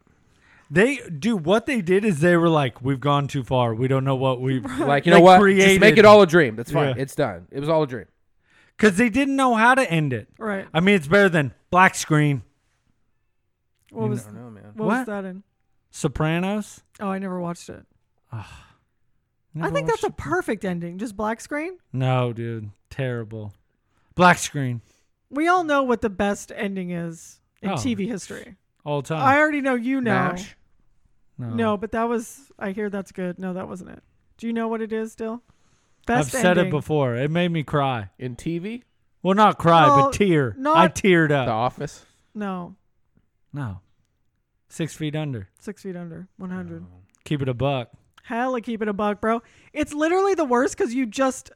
They do what they did is they were like, We've gone too far. We don't know what we've Like, you know what? Just make it all a dream. That's fine. Yeah. It's done. It was all a dream. because they didn't know how to end it. Right. I mean it's better than black screen. What was don't know, man. what, was What? that in? Sopranos. Oh, I never watched it. I Never think that's a watched perfect ending. Just black screen. it. No, dude. Terrible. Black screen. We We all know what the best ending is in Oh. TV history. all time. I already know you know. Mash. no. No, but that was I hear that's good. No, that wasn't it. Do you know what it is, Dill? Best I've said it ending. before. It made me cry. In TV, Well, not cry, Well, but tear. I not- teared up. The Office. No. No. Six feet under. Six feet under. One hundred. Keep it a buck. Hella keep it a buck, bro. It's literally the worst because you just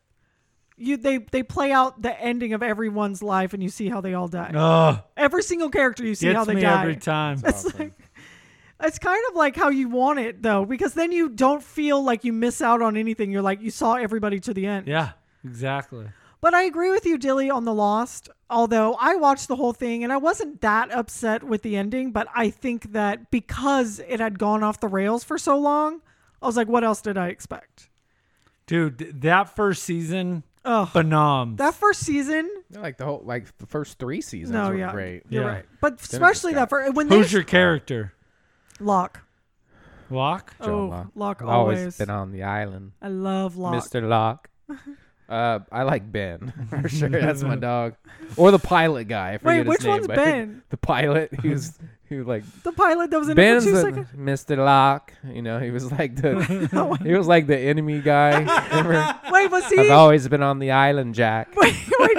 you they they play out the ending of everyone's life and you see how they all die. Ugh. Every single character you see how Gets they me die. every time. It's like it's kind of like how you want it though, because then you don't feel like you miss out on anything. You're like you saw everybody to the end. Yeah, exactly. But I agree with you, Dilly, on the Lost. Although I watched the whole thing and I wasn't that upset with the ending, but I think that because it had gone off the rails for so long, I was like, what else did I expect? Dude, th- that first season, Ugh. phenom. That first season, Yeah, Like the whole, like the first three seasons no, were yeah, great. you're Yeah. right. But just especially that got- first when Who's they your character? Locke. Locke? John oh, Locke. Locke always. always. been on the island, I love Locke. Mister Locke. Uh, I like Ben for sure. That's my dog, or the pilot guy. I forget his which name, one's but I think Ben? The pilot who's who like The pilot that was in it Ben's for two the- seconds. Mr. Locke. You know, he was like the he was like the enemy guy. Remember? Wait, was he? I've always been on the island, Jack. wait, wait,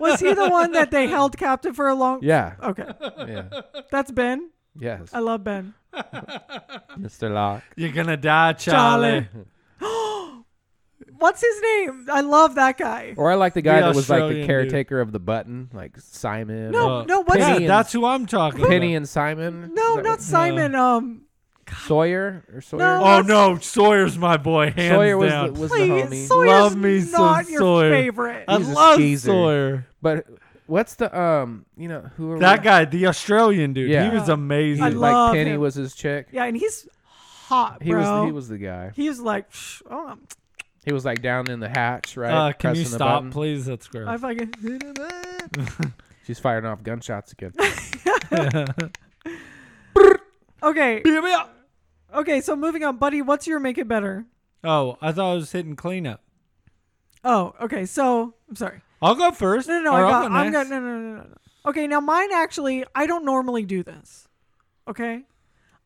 was he the one that they held captive for a long? Yeah, Okay, yeah, that's Ben. yes, I love Ben. Mr. Locke. You're going to die, Charlie. Charlie. What's his name? I love that guy. Or I like the guy that was like Australian the dude. caretaker of the button, like Simon. No, or Uh, no, what's yeah, Penny and- that's who I'm talking Penny about. and Simon. No, Is that not Simon. Um, what- Sawyer or Sawyer. No. Oh, no. Sawyer's my boy. Hands Sawyer was down. the, was the homie. please, Sawyer's Love me some not your Sawyer. favorite. I He's a love skeezer. Sawyer. but what's the um? You know who are That we- guy, the Australian dude, Yeah. he was amazing. I Like love Penny him. was his chick. yeah, and he's hot, He bro. was he was the guy. He was like, Psh, oh, I'm- He was like down in the hatch, right? uh, can you pressing the stop, button. please? That's gross. I fucking. She's firing off gunshots again. Okay, okay. So moving on, buddy. What's your make it better? oh, I thought I was hitting cleanup. Oh, okay. So I'm sorry. I'll go first. No, no, no. I or I'll got. go I'm next. got. No, no, no, no, no. Okay, now mine actually. I don't normally do this. Okay,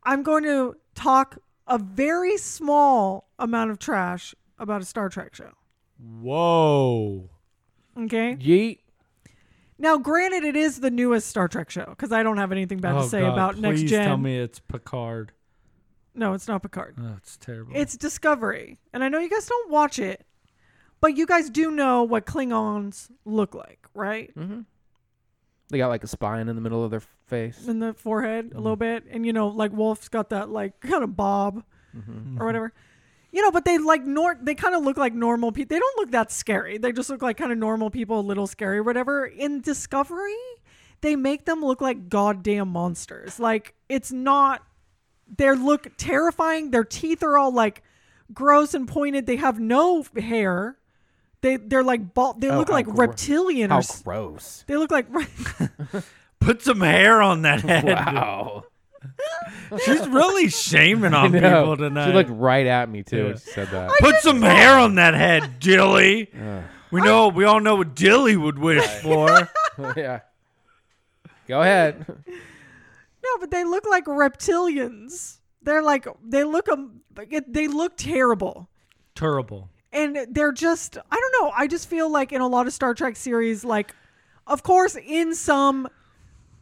I'm going to talk a very small amount of trash about a Star Trek show. Whoa. Okay. Yeet. Now, granted, it is the newest Star Trek show because I don't have anything bad oh, to say God, about please next gen. tell me it's Picard. No, it's not Picard. Oh, it's terrible. It's Discovery, and I know you guys don't watch it, but you guys do know what Klingons look like, right? They got like a spine in the middle of their face. In the forehead a little Mm-hmm. bit, and you know, like Wolf's got that like kind of bob Mm-hmm. or whatever. You know, but they like nor they kind of look like normal people. They don't look that scary. They just look like kind of normal people, a little scary, whatever. In Discovery, they make them look like goddamn monsters. Like it's not they look terrifying. Their teeth are all like gross and pointed. They have no hair. They they're like bald. They Oh, look how like gro- reptilian or How s- gross. they look like Put some hair on that head. Wow. She's really shaming on people tonight. She looked right at me too Yeah. when she said that. Put some hair on that head, Dilly. we know. We all know what Dilly would wish for. yeah. Go ahead. No, but they look like reptilians. They're like they look um they look terrible. Terrible. and they're just I don't know. I just feel like in a lot of Star Trek series, like of course in some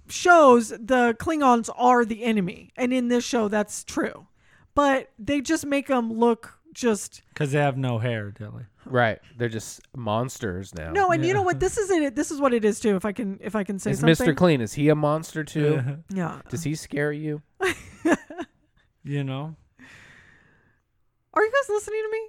shows the Klingons are the enemy, and in this show that's true, but they just make them look just Because they have no hair, Dilly. Right. They're just monsters now. no. And you know what? This is it. This is what it is too. If I can, if I can say Is something, Mr. Clean, is he a monster too? yeah. Does he scare you? You know, Are you guys listening to me?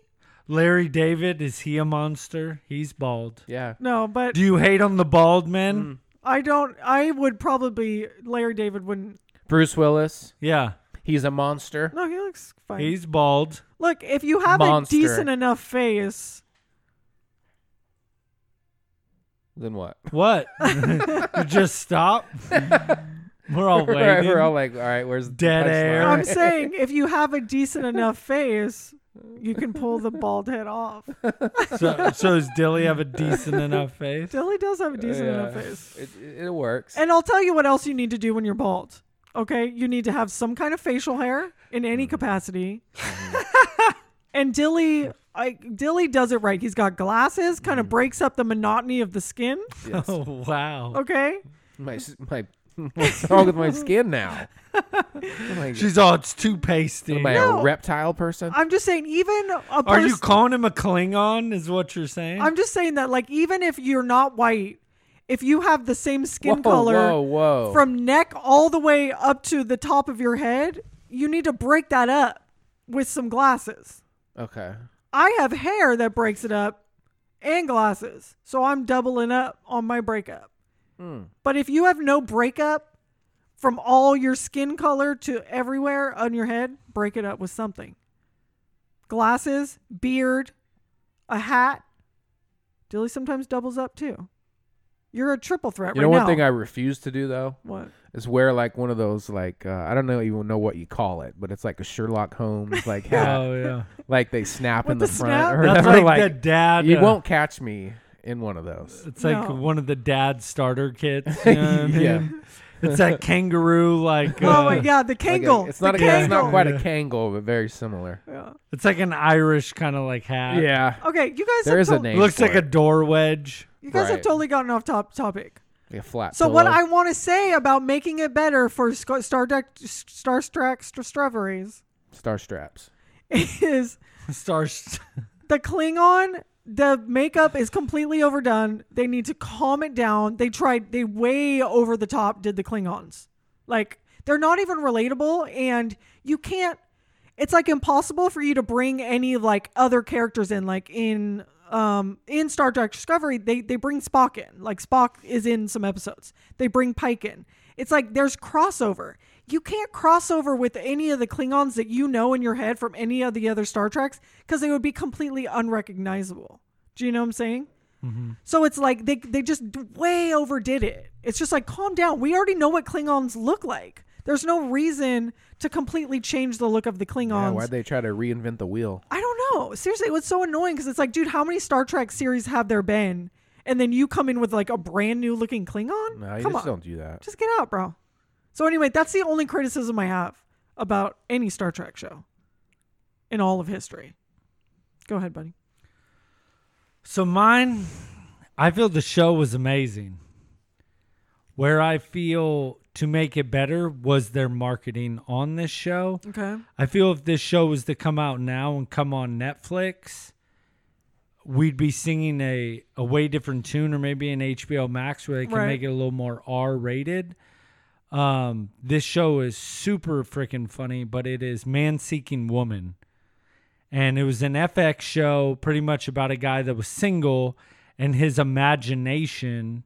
Larry David is he a monster? He's bald. Yeah. No, but Do you hate on the bald men? Mm. I don't. I would probably Larry David wouldn't. Bruce Willis, Yeah, he's a monster. No, he looks fine. he's bald. Look, if you have Monster. a decent enough face, Then what? What? you just stop. We're all waiting. Right, we're all like, all right, where's the Dead punchline? air. I'm saying if you have a decent enough face, you can pull the bald head off. so, so does Dilly have a decent enough face? Dilly does have a decent Yeah. enough face. It, it, it works. And I'll tell you what else you need to do when you're bald. Okay? You need to have some kind of facial hair in Mm. any capacity. Mm-hmm. and Dilly I, Dilly does it right. He's got glasses, kind Mm. of breaks up the monotony of the skin. Oh wow. Okay? my s- my what's wrong with my skin now? I'm like, She's all it's too pasty. am I No. a reptile person? I'm just saying, even a person. Are you calling him a Klingon? Is what you're saying? I'm just saying that, like, even if you're not white, if you have the same skin whoa, color. whoa, whoa! from neck all the way up to the top of your head, you need to break that up with some glasses. okay, I have hair that breaks it up and glasses. So I'm doubling up on my breakup. Hmm. But if you have no breakup from all your skin color to everywhere on your head, break it up with something. Glasses, beard, a hat. Dilly sometimes doubles up too. You're a triple threat you right know one now. thing I refuse to do though what? is wear like one of those like uh, I don't know even know what you call it, but it's like a Sherlock Holmes like hat, Oh yeah. like they snap in With the, the front snap? or That's whatever. like, Like, the dad. you uh, won't catch me in one of those. It's like No. one of the dad starter kits. You know what I mean? Yeah. It's that kangaroo like. Oh my uh, god, the Like a- Kangle. it's not the a, it's not Kangol. quite a Kangle, but very similar. It's like an Irish kind of like hat. Yeah, Okay, you guys there have is a to- name. It looks for like a it. door wedge. You guys have Right. totally gotten off top topic. Like a flat. So what pillow. I want to say about making it better for Sc- Star Trek Star Trek Star Strawberries star straps. is Star. the Klingon the makeup is completely overdone. They need to calm it down. They tried they way over the top did the Klingons. Like they're not even relatable and you can't it's like impossible for you to bring any like other characters in like in um in Star Trek Discovery they they bring Spock in like Spock is in some episodes they bring Pike in it's like there's crossover you can't crossover with any of the Klingons that you know in your head from any of the other Star Treks because they would be completely unrecognizable do you know what I'm saying so it's like they they just way overdid it. It's just like calm down. We already know what Klingons look like. There's no reason to completely change the look of the Yeah, Klingons. why'd they try to reinvent the wheel? I don't know. Seriously, it was so annoying because it's like, dude, how many Star Trek series have there been? And then you come in with like a brand new looking Klingon? No, you come just on. don't do that. Just get out, bro. So anyway, that's the only criticism I have about any Star Trek show in all of history. Go ahead, buddy. So mine, I feel the show was amazing. Where I feel to make it better was their marketing on this show. Okay. I feel if this show was to come out now and come on Netflix, we'd be singing a, a way different tune or maybe an HBO Max where they can Right. make it a little more R rated. Um, this show is super freaking funny, but it is Man Seeking Woman. And it was an FX show pretty much about a guy that was single and his imagination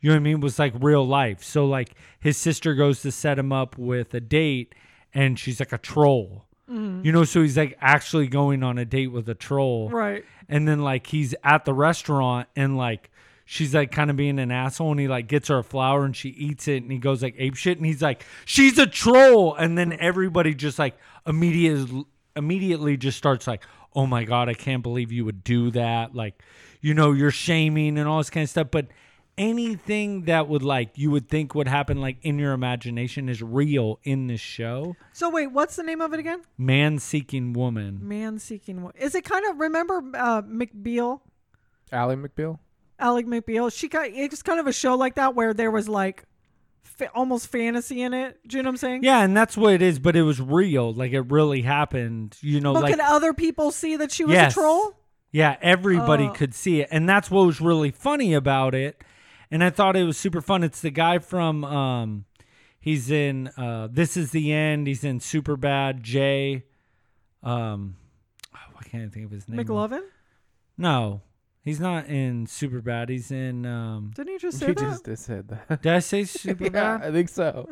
you know what I mean? Was like real life. So like his sister goes to set him up with a date, and she's like a troll. You know, so he's like actually going on a date with a troll, Right. And then like he's at the restaurant, and like she's like kind of being an asshole and he like gets her a flower and she eats it and he goes like ape shit and he's like she's a troll and then everybody just like immediately immediately just starts like oh my god I can't believe you would do that like you know you're shaming and all this kind of stuff but anything that would like you would think would happen like in your imagination is real in this show So wait, what's the name of it again? man seeking woman Man seeking. Wo- Is it kind of remember uh, McBeal, Allie McBeal. Alec McBeal? She got it was kind of a show like that where there was like fa- almost fantasy in it. Do you know what I'm saying? yeah and that's what it is but it was real like it really happened you know But like could other people see that she was Yes. a troll? Yeah, everybody Oh. could see it. And that's what was really funny about it. And I thought it was super fun. It's the guy from um he's in uh This Is the End, he's in Super Bad, Jay. Um oh, why can't I think of his name? McLovin? No. He's not in Super Bad. He's in um Didn't you just say She that? just did said that. Did I say Super yeah, Bad? I think so.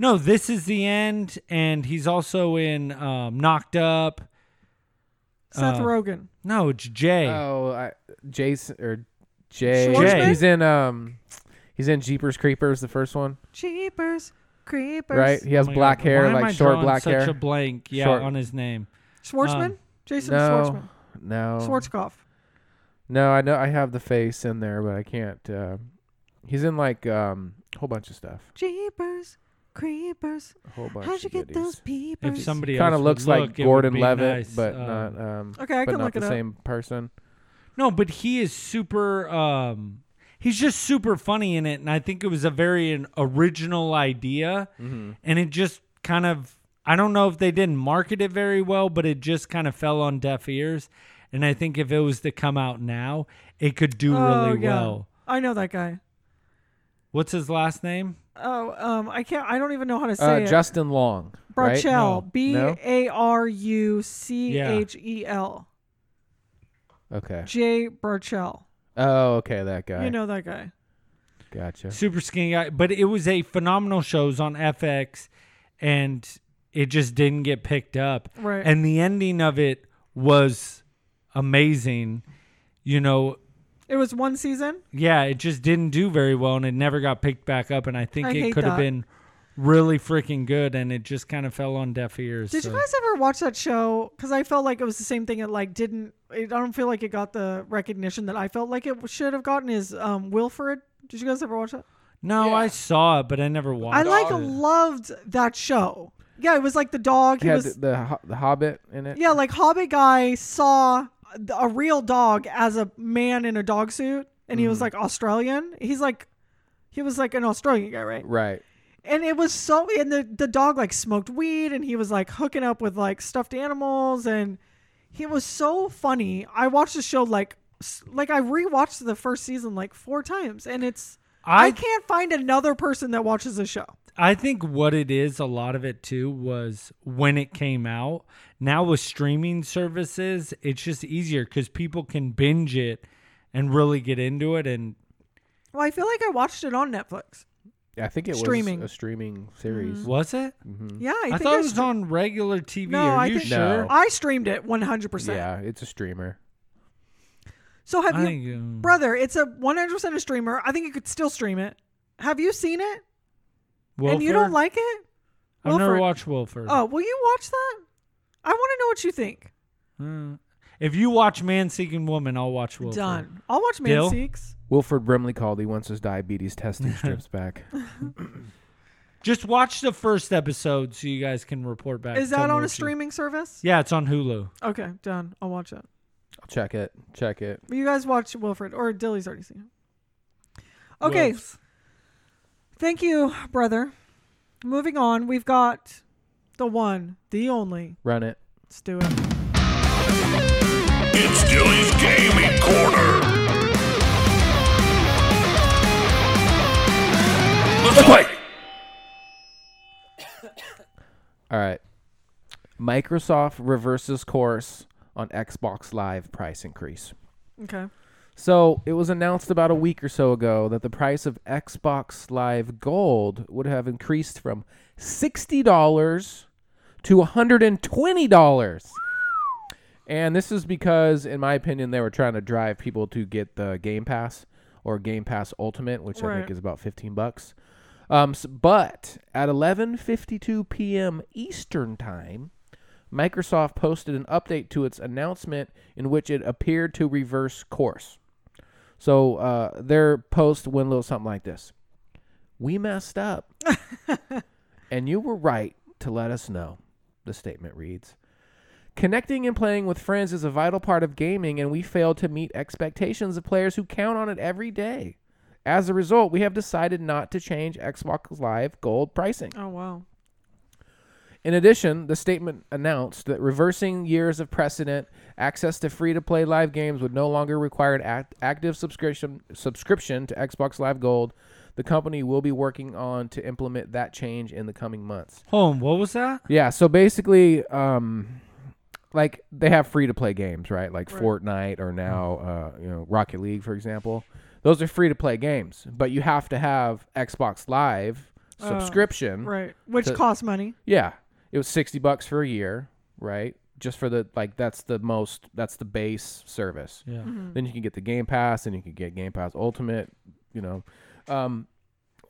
No, This Is the End, and he's also in um Knocked Up. Seth Uh, Rogen. No, it's Jay. Oh, I, Jason or Jay. Schwartzman? He's in um, he's in Jeepers Creepers, the first one, Cheapers, creepers. right? He Oh has my black God, why hair, am I like short drawing black such hair. a blank, yeah, Short. on his name. Schwartzman? Um, Oh. Jason no, no, Schwartzman. Schwarzkopf. no. I know I have the face in there, but I can't. Uh, he's in like um, a whole bunch of stuff. Jeepers, creepers. A whole bunch. Howd you of get goodies. those peepers? If somebody Kind else of would looks look, like it would Gordon be Levitt, nice. but Um, not um, Okay, I but can not look the it up. same person. no. But he is super. Um, he's just super funny in it, and I think it was a very an original idea, Mm-hmm. and it just kind of. I don't know if they didn't market it very well, but it just kind of fell on deaf ears. And I think if it was to come out now, it could do Oh, really yeah. well. I know that guy. What's his last name? Oh, um, I can't. I don't even know how to Uh, say it. Justin Long, right? No. Barchel. B No? A R U C H E L. Okay. J Barchel. Oh, okay, that guy. You know that guy. gotcha. super skinny guy. But it was a phenomenal show. It was on FX, and it just didn't get picked up. Right. And the ending of it was amazing. You know, It was one season. yeah, it just didn't do very well, and it never got picked back up. And I think I it hate could have that. been really freaking good, and it just kind of fell on deaf ears. Did so- you guys ever watch that show? Because I felt like it was the same thing. It like didn't. It, I don't feel like it got the recognition that I felt like it should have gotten. Is um, Wilfred? Did you guys ever watch that? No, I saw it, but I never I watched. like it. loved that show. Yeah, it was like the dog. He He had was the, the ho- the Hobbit in it. yeah, like Hobbit guy saw a real dog as a man in a dog suit, and he was like Australian. He's like, he was like an Australian guy, right? Right. And it was so, and the the dog like smoked weed, and he was like hooking up with like stuffed animals, and he was so funny. I watched the show like s- like I rewatched the first season like four times, and it's. I- I can't find another person that watches the show. I think what it is, a lot of it too, was when it came out. Now with streaming services, it's just easier because people can binge it and really get into it. And Well, I feel like I watched it on Netflix. Yeah, I think it was Streaming. Mm-hmm. a streaming series. was it? Yeah, I, Mm. I, think thought I it was stre- on regular TV. No, Are I you think sure? No. I streamed it 100%. Yeah, it's a streamer. So have I you, think, um, brother? It's a 100% a streamer. I think you could still stream it. Have you seen it? And you Wilford? don't like it? I've never Wilford. watched Wilford. Oh, will you watch that? I want to know what you think. Mm. If you watch Man Seeking Woman, I'll watch Wilford. Done. I'll watch Man Dill? Seeks. Wilfred Brimley called. He wants his diabetes testing strips back. Just watch the first episode so you guys can report back. Is Tell that on me a what you- streaming service? Yeah, it's on Hulu. Okay, done. I'll watch that. Check it. Check it. But you guys watch Wilfred or Dilly's already seen it. Okay. Wilfs. Thank you, brother. Moving on, we've got the one, the only. Run it. Let's do it. It's Dilly's Gaming Corner. Let's play. All right. Microsoft reverses course on Xbox Live price increase. Okay. So it was announced about a week or so ago that the price of Xbox Live Gold would have increased from sixty dollars to hundred and twenty dollars. And this is because, in my opinion, they were trying to drive people to get the Game Pass or Game Pass Ultimate, which I Right. think is about 15 bucks. Um, s but at 11:52 p.m. Eastern Time, Microsoft posted an update to its announcement in which it appeared to reverse course. So uh, their post went a little something like this: "We messed up, and you were right to let us know." The statement reads. Connecting and playing with friends is a vital part of gaming, and we fail to meet expectations of players who count on it every day. As a result, we have decided not to change Xbox Live Gold pricing. Oh wow. In addition, the statement announced that reversing years of precedent, access to free-to-play live games would no longer require an act- active subscription subscription to Xbox Live Gold. The company will be working on to implement that change in the coming months. Home, what was that? Yeah, so basically, um, like they have free to play games, right? Like Fortnite or now, uh, you know, Rocket League, for example. Those are free to play games, but you have to have Xbox Live subscription. Right. Which To- costs money. Yeah, it was sixty bucks for a year, right? Just for the like, that's the most, that's the base service. Yeah. Hmm. Then you can get the Game Pass, and you can get Game Pass Ultimate. You know, um,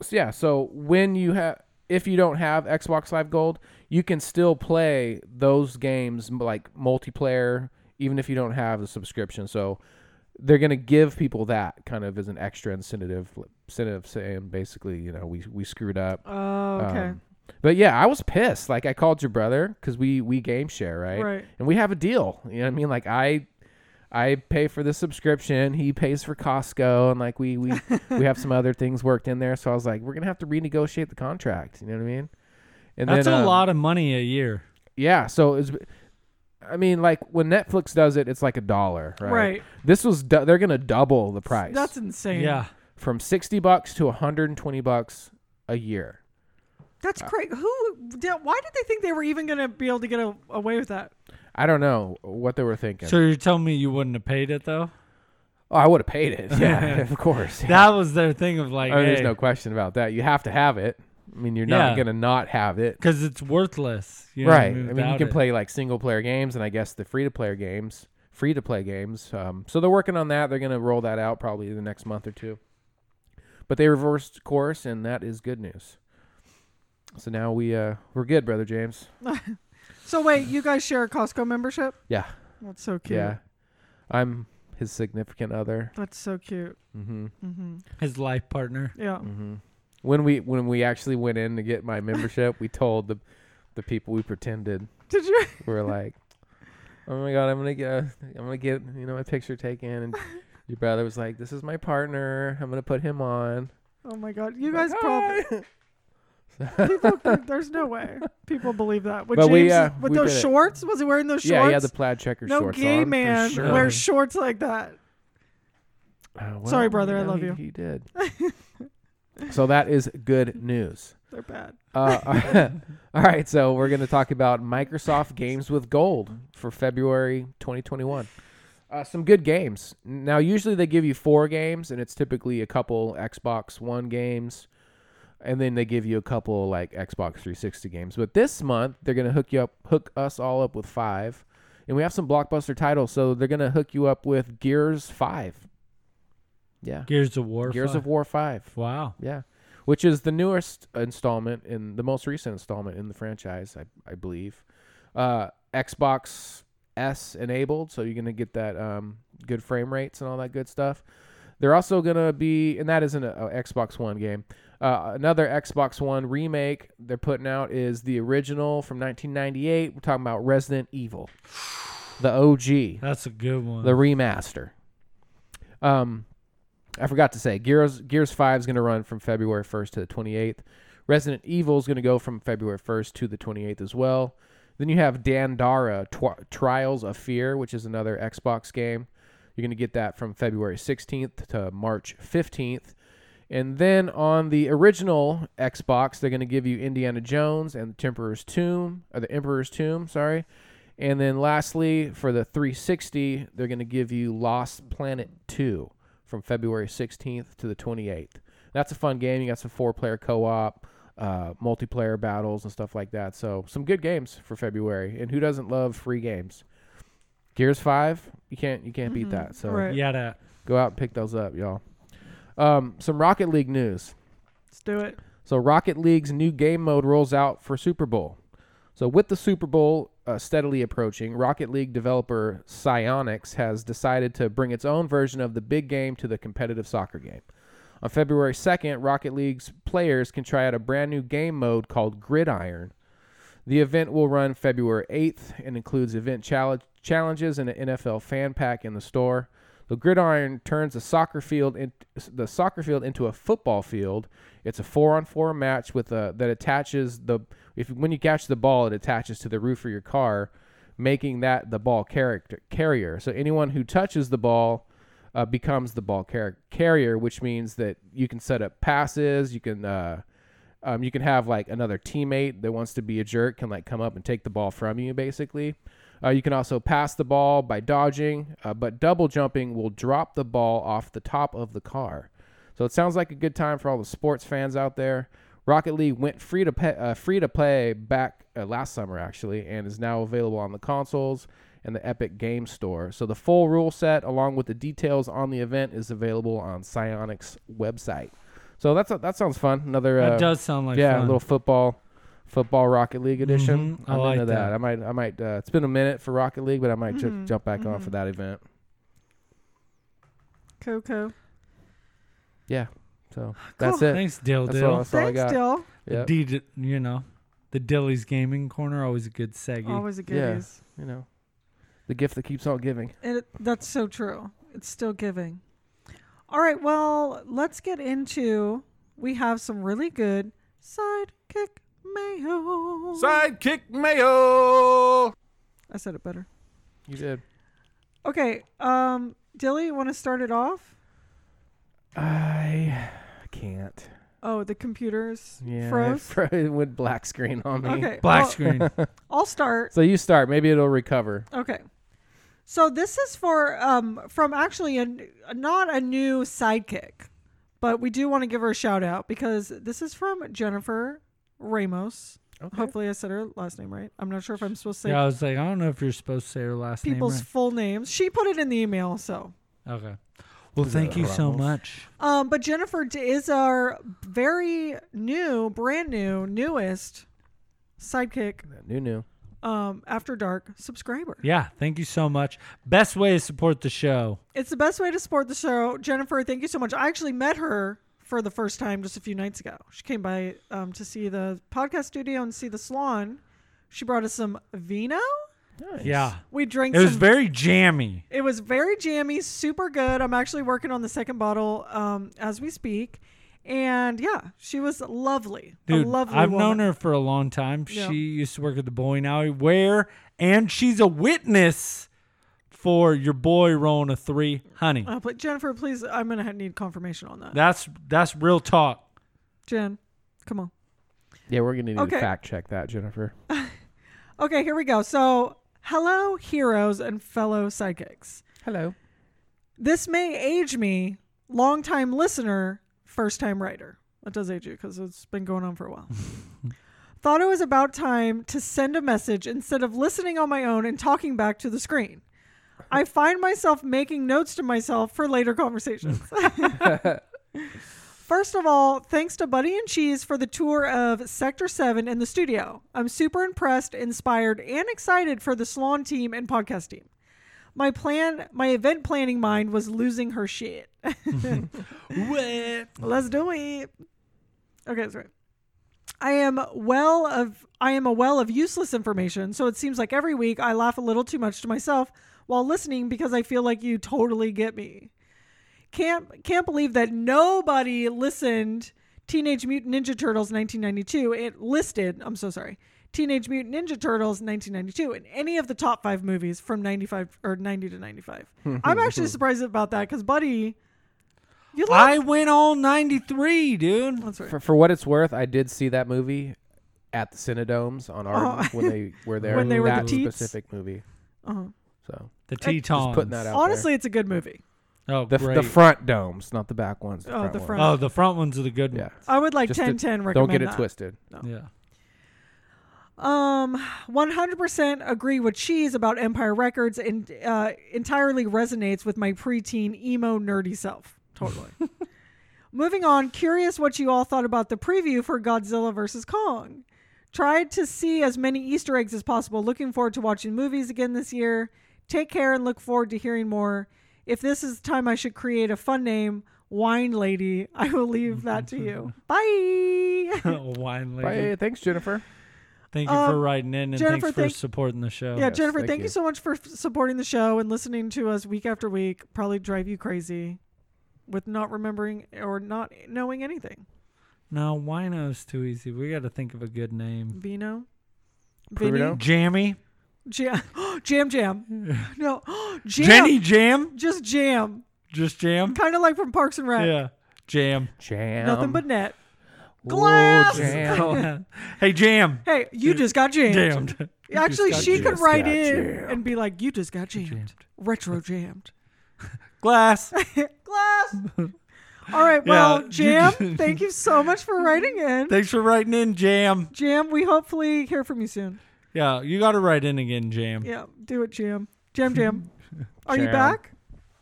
so yeah. So when you have, if you don't have Xbox Live Gold, you can still play those games m- like multiplayer, even if you don't have a subscription. So they're gonna give people that kind of as an extra incentive, incentive saying basically, you know, we we screwed up. Oh, okay. Um, but yeah, I was pissed. Like I called your brother because we we game share, right? Right. And we have a deal. You know what I mean? Like I I pay for the subscription, he pays for Costco, and like we we we have some other things worked in there. So I was like, we're gonna have to renegotiate the contract. You know what I mean? And That's then, a um, lot of money a year. Yeah. So it's. I mean, like when Netflix does it, it's like a dollar, right? Right. This was du- they're gonna double the price That's insane. Yeah. from sixty bucks to hundred and twenty bucks a year. That's crazy. Who? Did, why did they think they were even going to be able to get a, away with that? I don't know what they were thinking. So you're telling me you wouldn't have paid it though? Oh, I would have paid it. Yeah, of course. Yeah. That was their thing of like, I mean, Oh, there's hey, no question about that. You have to have it. I mean, you're Yeah. not gonna not have it, because it's worthless. You know, right? I mean, you without can it. play like single player games, and I guess the free to play games, free to play games. Um, so they're working on that. They're gonna roll that out probably the next month or two. But they reversed course, and that is good news. So now we uh, we're good, brother James. So wait, you guys share a Costco membership? Yeah, That's so cute. yeah. I'm his significant other. Mm-hmm. That's so cute. Mm-hmm. his life partner. Yeah. Mm. When we when we actually went in to get my membership, we told the the people we pretended Did you? we are like, "Oh my god, I'm gonna get, I'm gonna get, you know, my picture taken." And your brother was like, "This is my partner. I'm gonna put him on." Oh my God. You guys probably. people, there's no way people believe that. With But James, we, uh, with we those did it. shorts, was he wearing those shorts? Yeah, he had the plaid checker no shorts gay on. for man sure. wears shorts like that. Uh, well, Sorry, brother, I know, love he- you. He did. so that is good news. They're bad. Uh, all right, so we're going to talk about Microsoft Games with Gold for February 2021. Uh, some good games. Now, usually they give you four games, and it's typically a couple Xbox One games, and then they give you a couple like Xbox 360 games. But this month, they're going to hook you up, hook us all up with five, and we have some blockbuster titles. So they're going to hook you up with Gears Five. Yeah, Gears of War. Gears of War Five. Wow. Yeah. Which is the newest installment in the most recent installment in the franchise, I, I believe. Uh, Xbox S enabled, so you're gonna get that um, good frame rates and all that good stuff. They're also gonna be, and that isn't an Xbox One game. Uh, another Xbox One remake they're putting out is the original from 1998. We're talking about Resident Evil, the OG That's a good one. the remaster. Um, I forgot to say Gears Gears Five is going to run from February 1st to the 28th. Resident Evil is going to go from February 1st to the 28th as well. Then you have Dandara Tw- Trials of Fear, which is another Xbox game. You're going to get that from February 16th to March 15th. And then on the original Xbox, they're going to give you Indiana Jones and the Emperor's Tomb, or the Emperor's Tomb, sorry. And then lastly, for the 360, they're going to give you Lost Planet 2 from February 16th to the 28th. That's a fun game. You got some four player co op, uh, multiplayer battles, and stuff like that. So, some good games for February. And who doesn't love free games? Gears 5, you can't you can't beat that. So, Right. yeah, that. go out and pick those up, y'all. Um, some Rocket League news. Let's do it. So Rocket League's new game mode rolls out for Super Bowl. So with the Super Bowl uh, steadily approaching, Rocket League developer Psyonix has decided to bring its own version of the big game to the competitive soccer game. On February 2nd, Rocket League's players can try out a brand new game mode called Gridiron. The event will run February 8th and includes event challenge, challenges and an NFL fan pack in the store. The gridiron turns the soccer field in, the soccer field into a football field. It's a four-on-four match with a that attaches the if when you catch the ball, it attaches to the roof of your car, making that the ball character carrier. So anyone who touches the ball uh, becomes the ball car- carrier, which means that you can set up passes. You can uh, um, you can have like another teammate that wants to be a jerk can like come up and take the ball from you basically uh, you can also pass the ball by dodging uh, but double jumping will drop the ball off the top of the car so it sounds like a good time for all the sports fans out there rocket league went free to, pay, uh, free to play back uh, last summer actually and is now available on the consoles and the epic game store so the full rule set along with the details on the event is available on psionic's website so that's that sounds fun another uh, That does sound like yeah, fun. a little football, football Rocket League edition. Mhm, I I'm like into that. Mm-hmm. that. Mm-hmm. I might, I might. Uh, it's been a minute for Rocket League, but I might ju- jump back on for that event. Coco. Yeah. So that's Cool. it. Thanks, Dill That's Dill. all, that's all I Thanks, got. Dill. The Yep. D, you know, the Dilly's Gaming Corner always a good seggy. Always a Yeah. goodies. you know, the gift that keeps on giving. And it, that's so true. It's still giving. All right, well, let's get into. We have some really good sidekick mayo. Sidekick Mayo. I said it better. You did. Okay, um, Dilly, you want to start it off? I can't. Oh, the computers Yeah. froze. It, fro- it went black screen on me. Okay, Black I'll- screen. I'll start. So you start. Maybe it'll recover. Okay. So this is for um from actually a, not a new sidekick, but we do want to give her a shout out because this is from Jennifer Ramos. Hopefully I said her last name right. I'm not sure if I'm supposed to say yeah, I was like, I don't know if you're supposed to say her last people's name. full names. She put it in the email, so. Right. okay. Well, thank you so much. Um, but Jennifer d- is our very new, brand new, newest sidekick New, new. um after dark subscriber. Yeah, thank you so much. Best way to support the show. It's the best way to support the show. Jennifer, thank you so much. I actually met her for the first time just a few nights ago. She came by um, to see the podcast studio and see the salon. She brought us some vino. Yeah, We drank it was some. very jammy. it was very jammy, super good. I'm actually working on the second bottle um, as we speak. And yeah, she was lovely. Dude, a lovely I've woman. known her for a long time. Yeah. She used to work at the bowling alley where, and she's a witness for your boy rolling a three, honey. Uh, but Jennifer, please, I'm going to need confirmation on that. That's that's real talk. Jen, come on. Yeah, we're gonna need Okay. to fact check that, Jennifer. Okay, here we go. So, hello, heroes and fellow psychics. Hello. This may age me, longtime listener, first time writer. That does age you because it's been going on for a while. Thought it was about time to send a message instead of listening on my own and talking back to the screen. I find myself making notes to myself for later conversations. First of all, thanks to Buddy and Cheese for the tour of Sector 7 in the studio. I'm super impressed, inspired, and excited for the Salon team and podcast team. My plan, my event planning mind was losing her shit. What? Let's do it. Okay, sorry. I am well of I am a well of useless information, so it seems like every week I laugh a little too much to myself while listening because I feel like you totally get me. Can't can't believe that nobody listened Teenage Mutant Ninja Turtles 1992. It listed, I'm so sorry. Teenage Mutant Ninja Turtles 1992 in any of the top 5 movies from 95 or 90 to 95. I'm actually surprised about that cuz buddy you love I went all 93, dude. That's right. For, for what it's worth, I did see that movie at the Cinedomes on Arden when they were there. Oh. When they were the that teats? specific movie. Uh-huh. So The Tetons. just putting that out. Honestly, it's a good movie. there. Oh, there. the, great. the front domes, not the back ones. The Oh, front the ones. front. oh, the front ones are the good Yeah. ones. I would like Just to- 10 10 recommend. Don't get it that. twisted. Yeah. Um, 100% agree with Cheese about Empire Records and uh, entirely resonates with my preteen emo nerdy self. Totally. Moving on, curious what you all thought about the preview for Godzilla vs. Kong. Tried to see as many Easter eggs as possible. Looking forward to watching movies again this year. Take care and look forward to hearing more. If this is the time I should create a fun name, Wine Lady, I will leave that to you. Bye. Oh, Wine lady. Bye. Thanks, Jennifer. Thank you for writing in and Jennifer, thanks for thank- supporting the show. Yeah, Jennifer, thank thank you. you. so much for f- supporting the show and listening to us week after week. Probably drive you crazy with not remembering or not knowing anything. No, wino's too easy. We got to think of a good name. Vino? Pruno? Vinny? Jammy. Jam. jam Jam. No. jam. Jenny Jam. Just Jam. Just Jam. Kind of like from Parks and Rec. Yeah. Jam. Jam. Nothing but net. Ooh, glass. jam. hey, Jam. Hey, you just got jammed. Jammed. Actually, just got she could just write got in jammed. and be like, you just got jammed. Retro jammed. Glass. Glass. All right. Well, you Jam, just- thank you so much for writing in. Thanks for writing in, Jam. Jam, we hopefully hear from you soon. Yeah, you got to write in again, Jam. Yeah, do it, Jam. Jam, Jam. Are you Jam. back?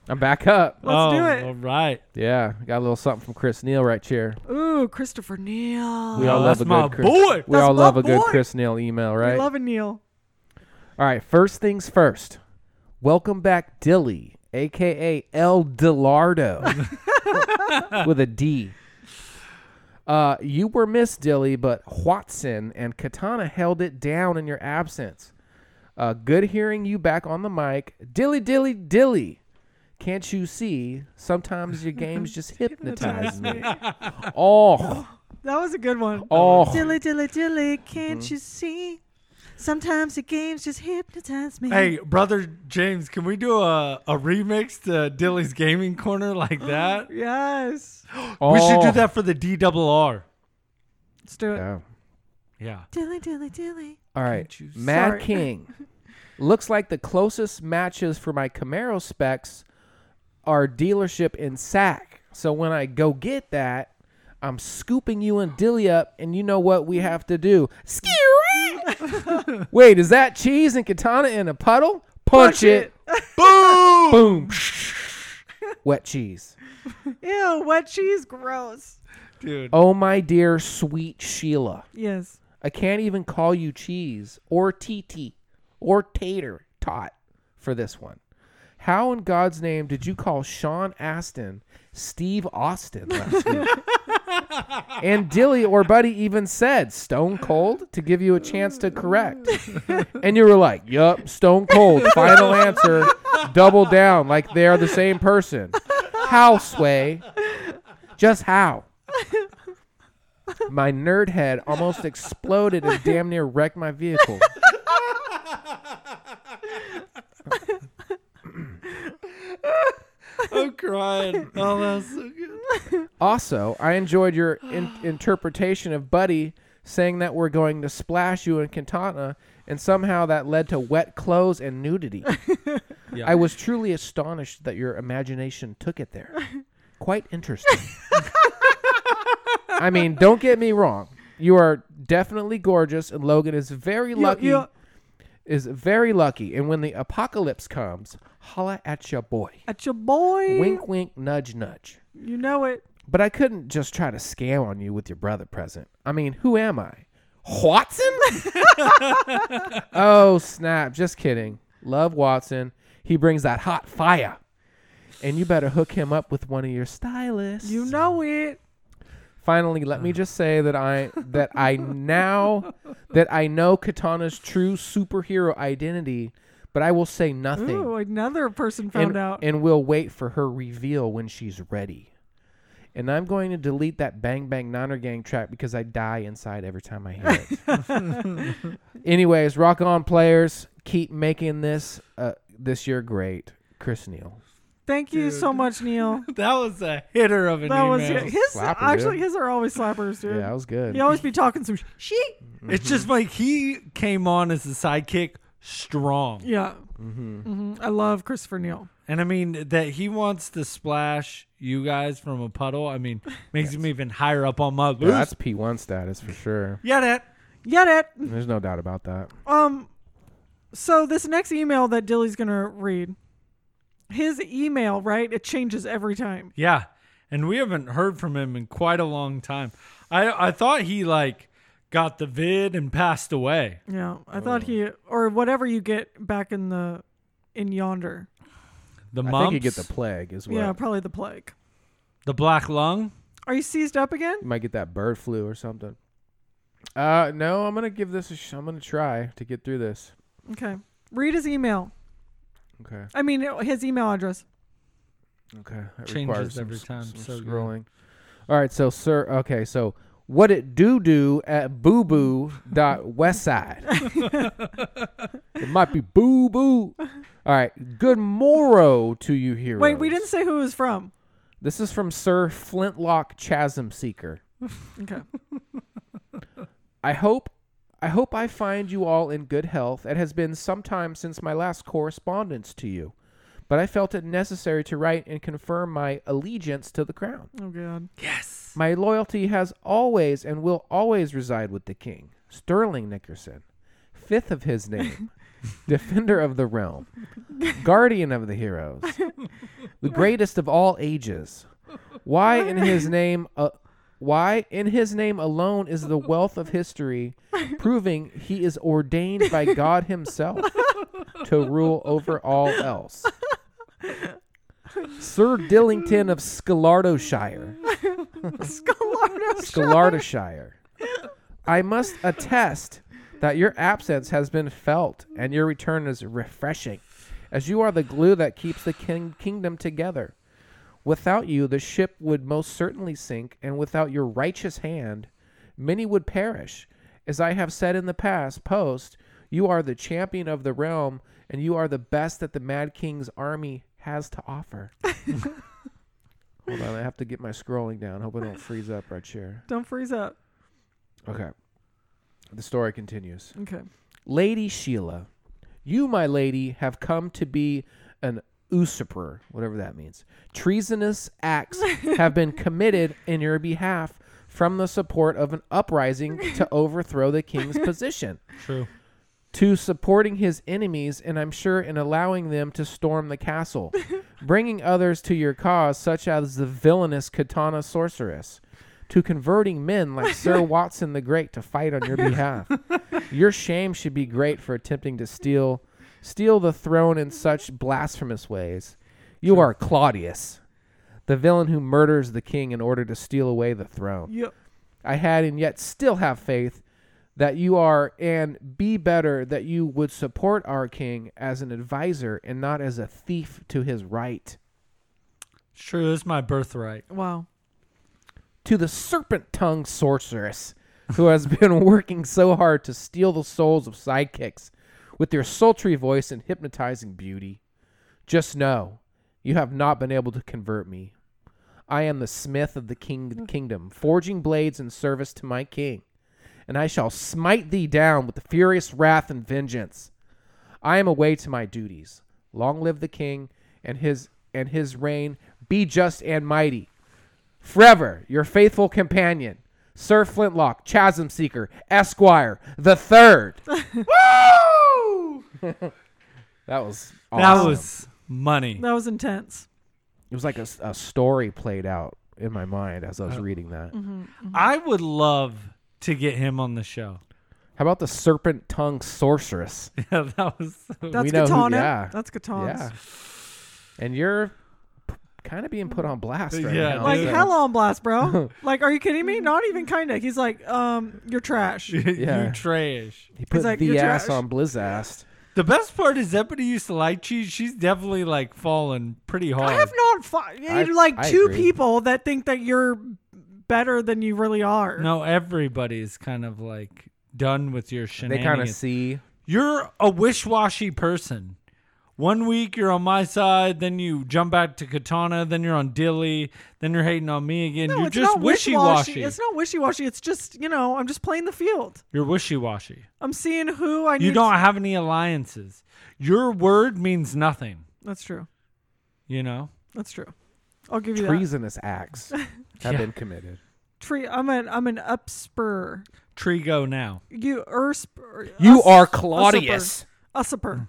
I'm back up. Let's do Oh, it. All right. Yeah, got a little something from Chris Neal right here. Ooh, Christopher Neal. We all Oh, love that's a good my Chris. boy. We That's all my love a good boy. Chris Neal email, We right? love a Neal. all right. First things first. Welcome back, Dilly, aka El Delardo, with a D. Uh, you were Miss Dilly, but Watson and Katana held it down in your absence. Uh, good hearing you back on the mic. Dilly, dilly, dilly. Can't you see? Sometimes your games just hypnotize me. Oh, That was a good one. oh. Mm-hmm. Dilly, dilly, dilly, can't you see? Sometimes the games just hypnotize me. Hey, brother James, can we do a, a remix to Dilly's Gaming Corner like that? Yes. We should Oh. do that for the D double R. Let's do it. Yeah. Yeah. Dilly, dilly, dilly. All right, you- Mad Sorry. King. Looks like the closest matches for my Camaro specs are dealership in Sac. So when I go get that, I'm scooping you and Dilly up, and you know what we have to do? Skew it! Wait, is that cheese and katana in a puddle? Punch, it. Boom! Boom! Wet cheese. Ew, wet cheese, gross. Dude. Oh my dear sweet Sheila. Yes. I can't even call you cheese or TT or tater tot for this one. How in God's name did you call Sean Astin Steve Austin last week? and Dilly or Buddy even said Stone Cold to give you a chance to correct. and you were like, Yup, Stone Cold, final answer, double down, like they are the same person. How, Sway? Just how? My nerd head almost exploded and damn near wrecked my vehicle. I'm crying. Oh, that's so good. Also, I enjoyed your in- interpretation of Buddy saying that we're going to splash you in Katana, and somehow that led to wet clothes and nudity. I was truly astonished that your imagination took it there. Quite interesting. I mean, don't get me wrong. You are definitely gorgeous, and Logan is very lucky. you- Is very lucky, and when the apocalypse comes, holla at your boy. At your boy. Wink, wink, nudge, nudge. You know it. But I couldn't just try to scam on you with your brother present. I mean, who am I? Watson? oh, snap. Just kidding. Love Watson. He brings that hot fire. And you better hook him up with one of your stylists. You know it. Finally, let me just say that I that I now that I know Katana's true superhero identity, but I will say nothing Ooh, another person found and, out. and we'll wait for her reveal when she's ready. And I'm going to delete that Bang Bang Niner Gang track because I die inside every time I hear it. Anyways, rock on, players. Keep making this uh, this year great. Chris Neal. Thank you so much, Neil. That was a hitter of an That was email. it. his. Slapper, actually, dude. his are always slappers, dude. Yeah, that was good. He always be talking some sh- she. It's just like he came on as a sidekick strong. Yeah. Mm-hmm. I love Christopher Neal. And I mean that he wants to splash you guys from a puddle. I mean, makes him even higher up on my Yeah, list. that's P1 status for sure. Yeah, that. Get it. There's no doubt about that. Um. So this next email that Dilly's gonna read, his email, right? It changes every time. Yeah. and we haven't heard from him in quite a long time. I I thought he like got the vid and passed away. Yeah, I thought Oh. he or whatever you get back in the in yonder. The I mumps, think you get the plague as well. Yeah, probably the plague. the black lung. Are you seized up again? You might get that bird flu or something. Uh, no, I'm gonna give this. A sh- I'm gonna try to get through this. Okay. Read his email. Okay. I mean his email address. Okay. That Changes requires some every s- time, some so good. scrolling. All right. So, sir. Okay. So, what it do do at boo boo dot west side? it might be boo boo. All right. Good morrow to you here. Wait, we didn't say who it was from. This is from Sir Flintlock Chasm Seeker. Okay. I hope I hope I find you all in good health. It has been some time since my last correspondence to you, but I felt it necessary to write and confirm my allegiance to the crown. Oh god. My loyalty has always and will always reside with the king, Sterling Nickerson, fifth of his name, defender of the realm, guardian of the heroes, the greatest of all ages. Why in his name uh, why in his name alone is the wealth of history proving he is ordained by God himself to rule over all else. Sir Dillington of Scalardoshire. Scalardashire. I must attest that your absence has been felt and your return is refreshing, as you are the glue that keeps the king- kingdom together. Without you, the ship would most certainly sink, and without your righteous hand, many would perish. As I have said in the past, post, you are the champion of the realm, and you are the best that the Mad King's army has to offer. Hold on, I have to get my scrolling down. Hope I don't freeze up right here. Don't freeze up. Okay. The story continues. Okay. Lady Sheila, you, my lady, have come to be an usurper, whatever that means. Treasonous acts have been committed in your behalf from the support of an uprising to overthrow the king's position True. to supporting his enemies and I'm sure in allowing them to storm the castle, bringing others to your cause, such as the villainous Katana sorceress, to converting men like Sir Watson the Great to fight on your behalf. Your shame should be great for attempting to steal steal the throne in such blasphemous ways. You are Claudius, the villain who murders the king in order to steal away the throne. Yep. I had and yet still have faith that you are and be better that you would support our king as an advisor and not as a thief to his right. It's true. It's my birthright. Wow. To the serpent tongue sorceress who has been working so hard to steal the souls of sidekicks with your sultry voice and hypnotizing beauty. Just know you have not been able to convert me. I am the smith of the king kingdom, forging blades in service to my king, and I shall smite thee down with the furious wrath and vengeance. I am away to my duties. Long live the king and his and his reign be just and mighty. Forever your faithful companion, Sir Flintlock, Chasm Seeker, Esquire, the third. Woo! that was awesome. That was money. That was intense. It was like a, s- a story played out in my mind as I was reading that. mm-hmm. I would love to get him on the show. How about the serpent tongue sorceress? Yeah, that was. That's know who- Katana. yeah. That's Katana. yeah. And you're kind of being put on blast right Yeah, now. Like Yeah. hell on blast, bro. like, are you kidding me? Not even kinda. He's like, um, you're trash. Yeah. you trash. He put like, the "You're ass trash." on Blizzast. The best part is Ebony used to like cheese. She's definitely like fallen pretty hard. I have not fought I- like I two agree. people that think that you're better than you really are. no, everybody's kind of like done with your They shenanigans. kind of see. You're a wish-washy person. One week you're on my side, then you jump back to Katana, then you're on Dilly, then you're hating on me again. No, you're it's just not wishy-washy. wishy-washy. It's not wishy-washy. It's just, you know, I'm just playing the field. You're wishy-washy. I'm seeing who I need. You to- don't have any alliances. Your word means nothing. That's true. You know. That's true. I'll give you that. Treasonous acts have Yeah. been committed. Tree. I'm an I'm an upspur. Tree go now, You erspur. You us- are Claudius. Usurper.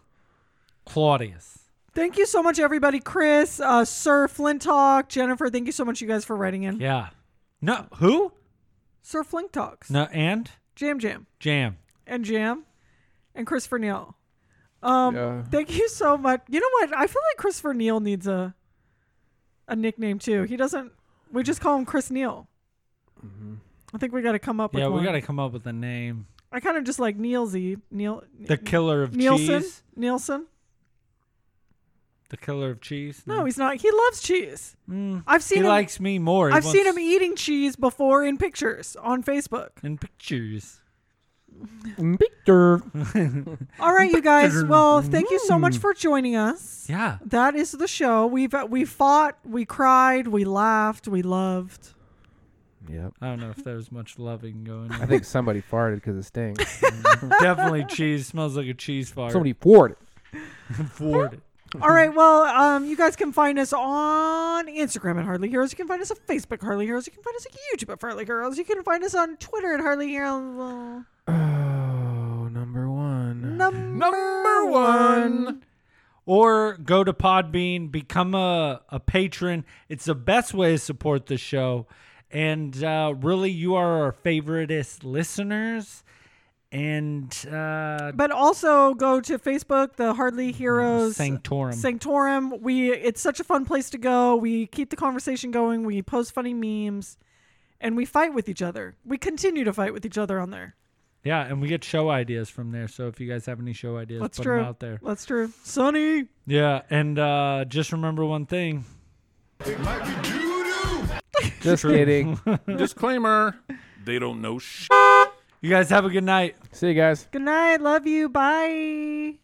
Claudius. Thank you so much, everybody. Chris, uh, Sir Flintalk, Jennifer, thank you so much, you guys, for writing in. Yeah. No, who? Sir Flint Talks, No, and Jam Jam, Jam. and Jam, and Christopher Neal. Um, Yeah. Thank you so much. You know what? I feel like Christopher Neal needs a a nickname too. He doesn't. We just call him Chris Neal. I think we got to come up with Mm-hmm. Yeah, one. we got to come up with a name. I kind of just like Neilsy. Neil. The killer of Nielsen. cheese. Nielsen. The killer of cheese. No, he's not. He loves cheese. Mm. I've seen he him. likes me more. He I've seen him wants- eating cheese before in pictures on Facebook. in pictures. Mm, Victor. All right, you guys. Well, thank you so Mm. much for joining us. Yeah. That is the show. We've uh, we fought, we cried, we laughed, we loved. Yep. I don't know if there was much loving going I on. think somebody farted because it stinks. Definitely cheese. Smells like a cheese fart. somebody farted. Ford it. All right. Well, um, you guys can find us on Instagram at Hardly Heroes. You can find us on Facebook Hardly Heroes. You can find us on YouTube at Hardly Heroes. You can find us on Twitter at Hardly Heroes. Um, Oh, number one. Number, one. Or go to Podbean, become a, a patron. It's the best way to support the show. And uh, really, you are our favoriteest listeners. And uh, But also go to Facebook, the Hardly Heroes Sanctorum. Sanctorum. We it's such a fun place to go. We keep the conversation going. We post funny memes, and we fight with each other. We continue to fight with each other on there. yeah, and we get show ideas from there. So if you guys have any show ideas, That's put true. them out there. That's true. Sunny. Yeah, and uh, just remember one thing. Just kidding. Disclaimer. They don't know shit. You guys have a good night. See you guys. Good night. Love you. Bye.